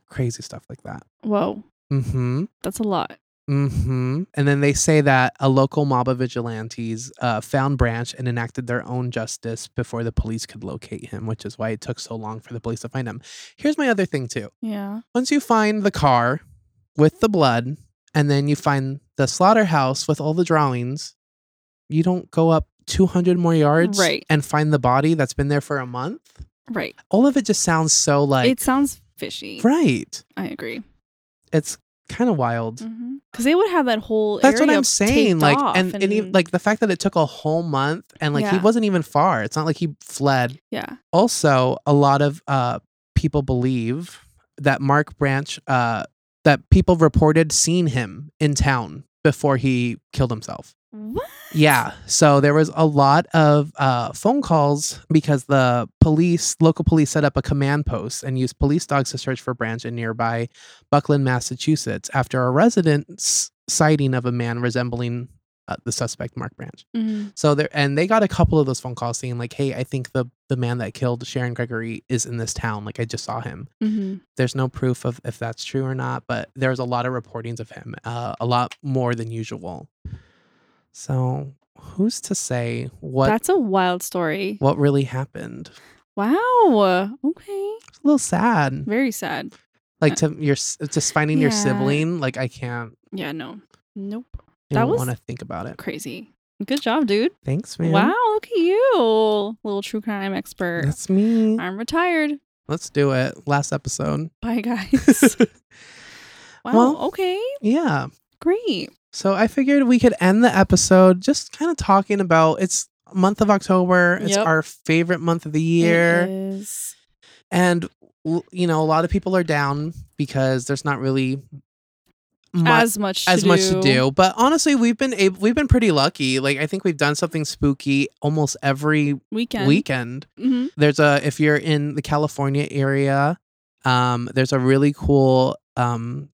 [SPEAKER 3] Crazy stuff like that.
[SPEAKER 2] Whoa,
[SPEAKER 3] Mm-hmm.
[SPEAKER 2] that's a lot.
[SPEAKER 3] Mm-hmm. And then they say that a local mob of vigilantes uh, found Branch and enacted their own justice before the police could locate him, which is why it took so long for the police to find him. Here's my other thing too.
[SPEAKER 2] Yeah.
[SPEAKER 3] Once you find the car with the blood, and then you find the slaughterhouse with all the drawings, you don't go up 200 more yards
[SPEAKER 2] Right.
[SPEAKER 3] and find the body that's been there for a month.
[SPEAKER 2] Right.
[SPEAKER 3] All of it just sounds so like
[SPEAKER 2] it sounds fishy.
[SPEAKER 3] right.
[SPEAKER 2] I agree.
[SPEAKER 3] It's kind of wild.
[SPEAKER 2] Because they would have that whole.
[SPEAKER 3] That's what
[SPEAKER 2] area
[SPEAKER 3] I'm saying.
[SPEAKER 2] taped
[SPEAKER 3] Like,
[SPEAKER 2] off
[SPEAKER 3] and, and, even, like the fact that it took a whole month, and like he
[SPEAKER 2] Yeah.
[SPEAKER 3] wasn't even far. It's not like he fled.
[SPEAKER 2] yeah.
[SPEAKER 3] Also, a lot of uh, people believe that Mark Branch, uh, that people reported seeing him in town before he killed himself.
[SPEAKER 2] What?
[SPEAKER 3] Yeah. So there was a lot of uh, phone calls because the police, local police, set up a command post and used police dogs to search for Branch in nearby Buckland, Massachusetts, after a resident's sighting of a man resembling uh, the suspect, Mark Branch.
[SPEAKER 2] Mhm.
[SPEAKER 3] So there, and they got a couple of those phone calls saying, like, "Hey, I think the the man that killed Sharon Gregory is in this town. Like, I just saw him."
[SPEAKER 2] Mhm.
[SPEAKER 3] There's no proof of if that's true or not, but there's a lot of reportings of him, uh, a lot more than usual. So who's to say what
[SPEAKER 2] That's a wild story.
[SPEAKER 3] what really happened?
[SPEAKER 2] Wow. Okay.
[SPEAKER 3] It's a little sad.
[SPEAKER 2] Very sad.
[SPEAKER 3] Like to your s- just finding your
[SPEAKER 2] Yeah.
[SPEAKER 3] sibling. Like I can't.
[SPEAKER 2] Yeah. No. Nope.
[SPEAKER 3] I
[SPEAKER 2] That
[SPEAKER 3] don't
[SPEAKER 2] was-
[SPEAKER 3] want to think about it.
[SPEAKER 2] Crazy. Good job, dude.
[SPEAKER 3] Thanks, man.
[SPEAKER 2] Wow. Look at you, little true crime expert.
[SPEAKER 3] That's me.
[SPEAKER 2] I'm retired.
[SPEAKER 3] Let's do it. Last episode.
[SPEAKER 2] Bye,
[SPEAKER 3] <laughs>
[SPEAKER 2] guys. wow.
[SPEAKER 3] Well-
[SPEAKER 2] okay.
[SPEAKER 3] Yeah.
[SPEAKER 2] Great.
[SPEAKER 3] So I figured we could end the episode just kind of talking about it's month of October. It's
[SPEAKER 2] Yep.
[SPEAKER 3] our favorite month of the year.
[SPEAKER 2] It is.
[SPEAKER 3] and l- you know a lot of people are down because there's not really mu-
[SPEAKER 2] as much
[SPEAKER 3] as much to do but honestly we've been able we've been pretty lucky like i think we've done something spooky almost every
[SPEAKER 2] Weekend.
[SPEAKER 3] weekend
[SPEAKER 2] hmm
[SPEAKER 3] there's a if you're in the california area um there's a really cool um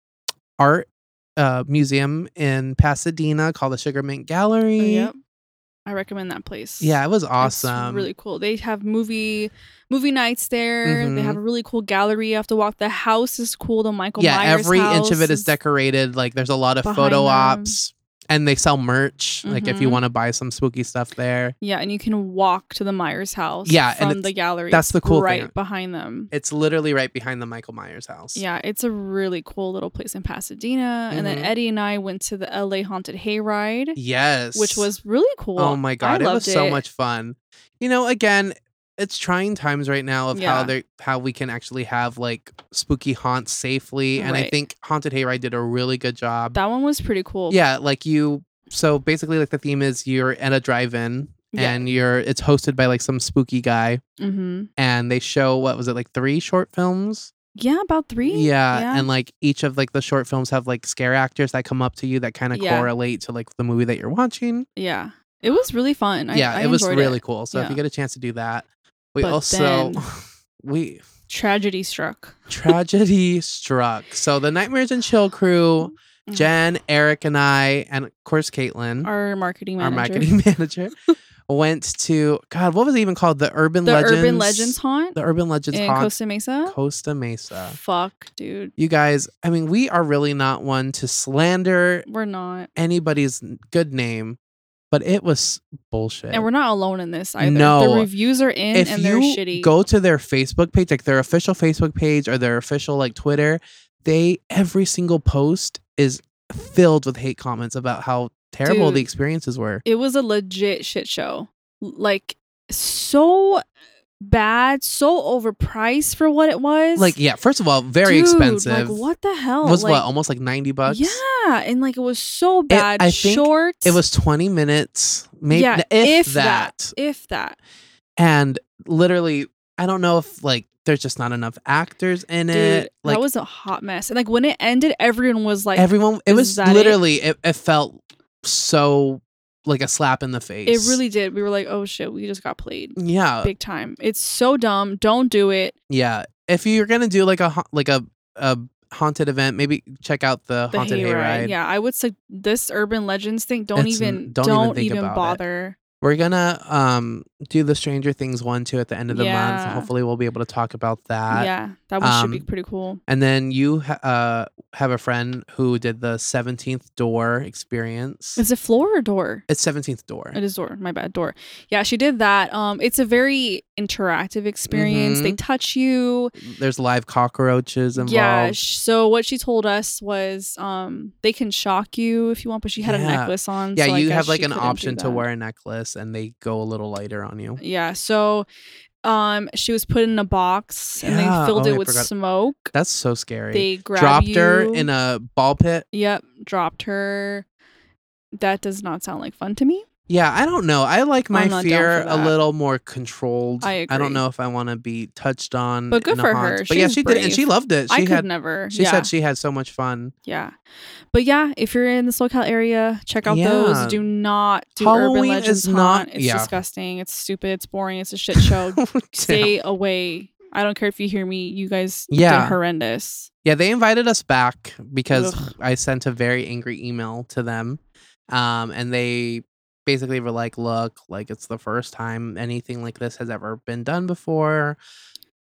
[SPEAKER 3] art uh museum in pasadena called the sugar mint gallery
[SPEAKER 2] Oh, Yep. I recommend that place.
[SPEAKER 3] Mm-hmm. yeah it was
[SPEAKER 2] It's
[SPEAKER 3] awesome
[SPEAKER 2] really cool. They have movie movie nights there. They
[SPEAKER 3] Mhm.
[SPEAKER 2] have a really cool gallery. You have to walk. The house is cool. The Michael
[SPEAKER 3] yeah,
[SPEAKER 2] Myers
[SPEAKER 3] every inch of it is
[SPEAKER 2] decorated.
[SPEAKER 3] decorated. Like there's a lot of
[SPEAKER 2] behind
[SPEAKER 3] photo
[SPEAKER 2] them.
[SPEAKER 3] ops, and they sell merch. Like if you
[SPEAKER 2] Mhm.
[SPEAKER 3] want to buy some spooky stuff there,
[SPEAKER 2] Yeah, and you can walk to the Myers house.
[SPEAKER 3] Yeah, and
[SPEAKER 2] from
[SPEAKER 3] it's-
[SPEAKER 2] the gallery.
[SPEAKER 3] that's the
[SPEAKER 2] It's
[SPEAKER 3] cool thing.
[SPEAKER 2] right behind them.
[SPEAKER 3] it's literally right behind the Michael Myers house.
[SPEAKER 2] Yeah, it's a really cool little place in Pasadena. And then
[SPEAKER 3] Mhm.
[SPEAKER 2] Eddie and I went to the LA Haunted Hayride,
[SPEAKER 3] Yes.
[SPEAKER 2] which was really cool.
[SPEAKER 3] oh my god,
[SPEAKER 2] I
[SPEAKER 3] it
[SPEAKER 2] loved
[SPEAKER 3] was so much fun. You know, again, it's trying times right now of how
[SPEAKER 2] Yeah.
[SPEAKER 3] they how we can actually have like spooky haunts safely, and I
[SPEAKER 2] Right.
[SPEAKER 3] think Haunted Hayride did a really good job.
[SPEAKER 2] That one was pretty cool.
[SPEAKER 3] yeah, like you. So basically, like the theme is you're at a drive-in.
[SPEAKER 2] Yeah.
[SPEAKER 3] And you're it's hosted by like some spooky guy,
[SPEAKER 2] hmm
[SPEAKER 3] and they show what was it like three short films
[SPEAKER 2] Yeah, about three.
[SPEAKER 3] yeah, and like each of like the short films have like scare actors that come up to you that kind of
[SPEAKER 2] Yeah.
[SPEAKER 3] correlate to like the movie that you're watching
[SPEAKER 2] yeah. It was really fun. I,
[SPEAKER 3] yeah
[SPEAKER 2] I
[SPEAKER 3] it was
[SPEAKER 2] enjoyed
[SPEAKER 3] really cool so if
[SPEAKER 2] Yeah.
[SPEAKER 3] you get a chance to do that we
[SPEAKER 2] But
[SPEAKER 3] also
[SPEAKER 2] then-
[SPEAKER 3] <laughs> we
[SPEAKER 2] Tragedy struck.
[SPEAKER 3] tragedy struck so the nightmares and chill crew
[SPEAKER 2] Mhm.
[SPEAKER 3] Jen, Eric, and I, and of course Caitlin, our,
[SPEAKER 2] Our marketing manager.
[SPEAKER 3] marketing <laughs> manager, went to God. What was it even called? The Urban
[SPEAKER 2] the
[SPEAKER 3] Legends.
[SPEAKER 2] Urban Legends Haunt
[SPEAKER 3] The Urban Legends
[SPEAKER 2] in
[SPEAKER 3] Haunt,
[SPEAKER 2] Costa Mesa.
[SPEAKER 3] Costa Mesa.
[SPEAKER 2] Fuck, dude.
[SPEAKER 3] You guys, I mean, we are really not one to slander
[SPEAKER 2] We're not.
[SPEAKER 3] anybody's n- good name, but it was bullshit.
[SPEAKER 2] And we're not alone in this either.
[SPEAKER 3] No.
[SPEAKER 2] The reviews are in
[SPEAKER 3] if
[SPEAKER 2] and they're
[SPEAKER 3] you
[SPEAKER 2] shitty.
[SPEAKER 3] go to their Facebook page, like their official Facebook page or their official like Twitter, they every single post is filled with hate comments about how terrible the
[SPEAKER 2] Dude.
[SPEAKER 3] experiences were.
[SPEAKER 2] it was a legit shit show. Like so bad, so overpriced for what it was.
[SPEAKER 3] Like, yeah, first of all, very
[SPEAKER 2] Dude,
[SPEAKER 3] expensive.
[SPEAKER 2] Like what the hell?
[SPEAKER 3] It was
[SPEAKER 2] like,
[SPEAKER 3] what almost like ninety bucks?
[SPEAKER 2] Yeah, and like it was so bad.
[SPEAKER 3] I think
[SPEAKER 2] Short.
[SPEAKER 3] It was twenty minutes, maybe
[SPEAKER 2] Yeah,
[SPEAKER 3] if,
[SPEAKER 2] if that.
[SPEAKER 3] that.
[SPEAKER 2] if that.
[SPEAKER 3] and literally i don't know if like there's just not enough actors in
[SPEAKER 2] Dude,
[SPEAKER 3] it like
[SPEAKER 2] that was a hot mess. And like when it ended, everyone was like,
[SPEAKER 3] everyone it
[SPEAKER 2] is
[SPEAKER 3] was
[SPEAKER 2] that it?
[SPEAKER 3] literally it? It, felt so like a slap in the
[SPEAKER 2] it
[SPEAKER 3] face
[SPEAKER 2] really did. We were like, oh shit, we just got played
[SPEAKER 3] yeah
[SPEAKER 2] big time. It's so dumb. Don't do it.
[SPEAKER 3] yeah if you're gonna do like a ha- like a, a haunted event maybe check out the,
[SPEAKER 2] The
[SPEAKER 3] haunted
[SPEAKER 2] hayride.
[SPEAKER 3] hayride
[SPEAKER 2] Yeah, I would say this urban legends thing. Don't
[SPEAKER 3] It's n-
[SPEAKER 2] even
[SPEAKER 3] don't
[SPEAKER 2] don't,
[SPEAKER 3] even
[SPEAKER 2] even,
[SPEAKER 3] think about it.
[SPEAKER 2] bother.
[SPEAKER 3] we're gonna um do the stranger things one too at the end of the month
[SPEAKER 2] Yeah.
[SPEAKER 3] hopefully we'll be able to talk about that
[SPEAKER 2] yeah, that one should be
[SPEAKER 3] um,
[SPEAKER 2] pretty cool.
[SPEAKER 3] and then you ha- uh have a friend who did the 17th door experience
[SPEAKER 2] Is it floor or door?
[SPEAKER 3] it's 17th door
[SPEAKER 2] It is door. My bad. Door. Yeah, she did that. Um, it's a very interactive experience. They
[SPEAKER 3] Mm-hmm.
[SPEAKER 2] touch you.
[SPEAKER 3] there's live cockroaches involved.
[SPEAKER 2] Yeah. sh- So what she told us was, um, they can shock you if you want, but she had a
[SPEAKER 3] Yeah.
[SPEAKER 2] necklace on.
[SPEAKER 3] yeah,
[SPEAKER 2] so I
[SPEAKER 3] you
[SPEAKER 2] guess
[SPEAKER 3] have like
[SPEAKER 2] she
[SPEAKER 3] an
[SPEAKER 2] couldn't do
[SPEAKER 3] option to
[SPEAKER 2] that.
[SPEAKER 3] wear a necklace and they go a little lighter on you.
[SPEAKER 2] Yeah. So, um, she was put in a box and
[SPEAKER 3] Yeah,
[SPEAKER 2] they filled
[SPEAKER 3] oh, I
[SPEAKER 2] it with
[SPEAKER 3] forgot.
[SPEAKER 2] smoke.
[SPEAKER 3] That's so scary.
[SPEAKER 2] They grabbed
[SPEAKER 3] Dropped
[SPEAKER 2] you.
[SPEAKER 3] her in a ball pit.
[SPEAKER 2] Yep, dropped her. That does not sound like fun to me.
[SPEAKER 3] Yeah, I don't know. I like my
[SPEAKER 2] I'm not down
[SPEAKER 3] fear
[SPEAKER 2] for
[SPEAKER 3] a
[SPEAKER 2] that.
[SPEAKER 3] little more controlled.
[SPEAKER 2] I
[SPEAKER 3] don't
[SPEAKER 2] agree.
[SPEAKER 3] know if I want to be touched on.
[SPEAKER 2] But good
[SPEAKER 3] in a
[SPEAKER 2] for
[SPEAKER 3] haunt.
[SPEAKER 2] her.
[SPEAKER 3] But yeah,
[SPEAKER 2] She's
[SPEAKER 3] she did it and
[SPEAKER 2] brave.
[SPEAKER 3] she loved it. She
[SPEAKER 2] I could
[SPEAKER 3] had
[SPEAKER 2] never.
[SPEAKER 3] she
[SPEAKER 2] yeah,
[SPEAKER 3] said she had so much fun.
[SPEAKER 2] yeah, but yeah, if you're in the SoCal area, check out
[SPEAKER 3] Yeah.
[SPEAKER 2] those. Do not do
[SPEAKER 3] Halloween
[SPEAKER 2] urban legends.
[SPEAKER 3] is not-
[SPEAKER 2] haunt. It's
[SPEAKER 3] yeah.
[SPEAKER 2] disgusting. It's stupid. It's boring. It's a shit
[SPEAKER 3] <laughs>
[SPEAKER 2] show. Stay away. I don't care if you hear me. You guys
[SPEAKER 3] Yeah.
[SPEAKER 2] did horrendous.
[SPEAKER 3] Yeah, they invited us back because
[SPEAKER 2] Ugh.
[SPEAKER 3] I sent a very angry email to them. Um, and they basically were like, look, like it's the first time anything like this has ever been done before.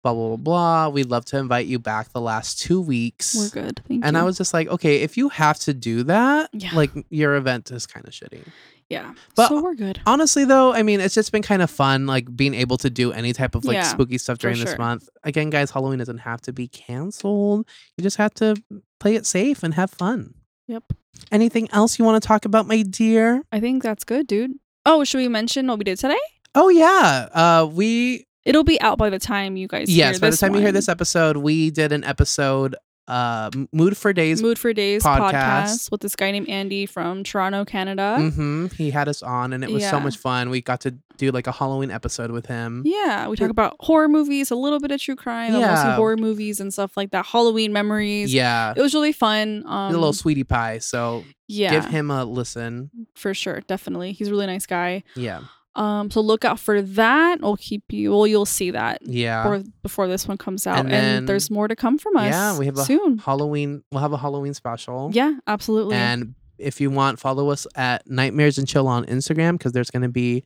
[SPEAKER 3] Blah, blah, blah, blah. We'd love to invite you back the last two weeks.
[SPEAKER 2] We're good. Thank
[SPEAKER 3] And
[SPEAKER 2] you.
[SPEAKER 3] I was just like, okay, if you have to do that,
[SPEAKER 2] Yeah.
[SPEAKER 3] like your event is kind of shitty.
[SPEAKER 2] yeah.
[SPEAKER 3] but-
[SPEAKER 2] so we're good.
[SPEAKER 3] Honestly, though, I mean, it's just been kind of fun, like being able to do any type of like
[SPEAKER 2] Yeah,
[SPEAKER 3] spooky stuff during this
[SPEAKER 2] sure.
[SPEAKER 3] month. Again, guys, Halloween doesn't have to be canceled. You just have to play it safe and have fun.
[SPEAKER 2] Yep.
[SPEAKER 3] Anything else you want to talk about, my dear?
[SPEAKER 2] I think that's good, dude. Oh, should we mention what we did today?
[SPEAKER 3] Oh yeah, uh, we
[SPEAKER 2] It'll be out by the time you guys.
[SPEAKER 3] yes.
[SPEAKER 2] hear
[SPEAKER 3] By the
[SPEAKER 2] this
[SPEAKER 3] time you hear
[SPEAKER 2] one.
[SPEAKER 3] this episode, we did an episode, uh, M- Mood for Days.
[SPEAKER 2] Mood for Days
[SPEAKER 3] podcast.
[SPEAKER 2] podcast. with this guy named Andy from Toronto, Canada.
[SPEAKER 3] hmm He had us on, and it was so
[SPEAKER 2] Yeah.
[SPEAKER 3] much fun. We got to do like a Halloween episode with him.
[SPEAKER 2] Yeah, we talk about horror movies, a little bit of true crime, but mostly
[SPEAKER 3] Yeah.
[SPEAKER 2] horror movies and stuff like that. Halloween memories.
[SPEAKER 3] Yeah,
[SPEAKER 2] It was really fun. Um,
[SPEAKER 3] He's a little sweetie pie. So
[SPEAKER 2] yeah,
[SPEAKER 3] give him a listen.
[SPEAKER 2] for sure, definitely. He's a really nice guy.
[SPEAKER 3] Yeah,
[SPEAKER 2] Um, so look out for that. I'll keep you. Well, you'll see that
[SPEAKER 3] yeah.
[SPEAKER 2] before, before this one comes out,
[SPEAKER 3] And
[SPEAKER 2] and,
[SPEAKER 3] then-
[SPEAKER 2] there's more to come from us.
[SPEAKER 3] Yeah, we have a
[SPEAKER 2] soon.
[SPEAKER 3] Halloween. We'll have a Halloween special.
[SPEAKER 2] Yeah, absolutely.
[SPEAKER 3] And if you want, follow us at Nightmares and Chill on Instagram because there's going to be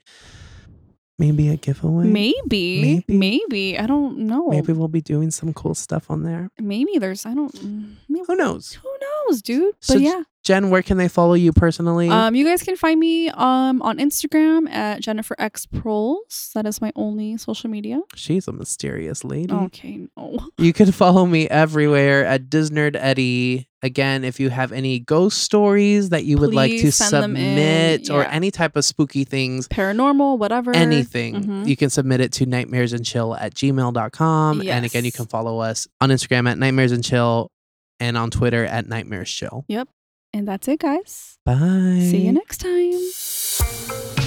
[SPEAKER 3] maybe a giveaway.
[SPEAKER 2] maybe,
[SPEAKER 3] Maybe.
[SPEAKER 2] maybe, I don't know.
[SPEAKER 3] Maybe
[SPEAKER 2] Maybe,
[SPEAKER 3] we'll be doing some cool stuff on there.
[SPEAKER 2] there's. I don't. mm, Maybe,
[SPEAKER 3] Who knows?
[SPEAKER 2] Who knows, dude?
[SPEAKER 3] So
[SPEAKER 2] but
[SPEAKER 3] j-
[SPEAKER 2] yeah.
[SPEAKER 3] Jen, where can they follow you personally?
[SPEAKER 2] Um, you guys can find me um on Instagram at Jennifer X Proles. That is my only social media.
[SPEAKER 3] She's a mysterious lady.
[SPEAKER 2] Okay, no.
[SPEAKER 3] You can follow me everywhere at Disnerd Eddie. Again, if you have any ghost stories that you would like to
[SPEAKER 2] Please send them in,
[SPEAKER 3] submit or
[SPEAKER 2] yeah.
[SPEAKER 3] any type of spooky things,
[SPEAKER 2] Paranormal, whatever.
[SPEAKER 3] anything,
[SPEAKER 2] Mhm.
[SPEAKER 3] you can submit it to nightmares and chill at gmail.com. And again, you
[SPEAKER 2] Yes.
[SPEAKER 3] can follow us on Instagram at nightmares and chill and on Twitter at nightmares chill.
[SPEAKER 2] And that's it, guys.
[SPEAKER 3] Bye.
[SPEAKER 2] See you next time.
[SPEAKER 3] next.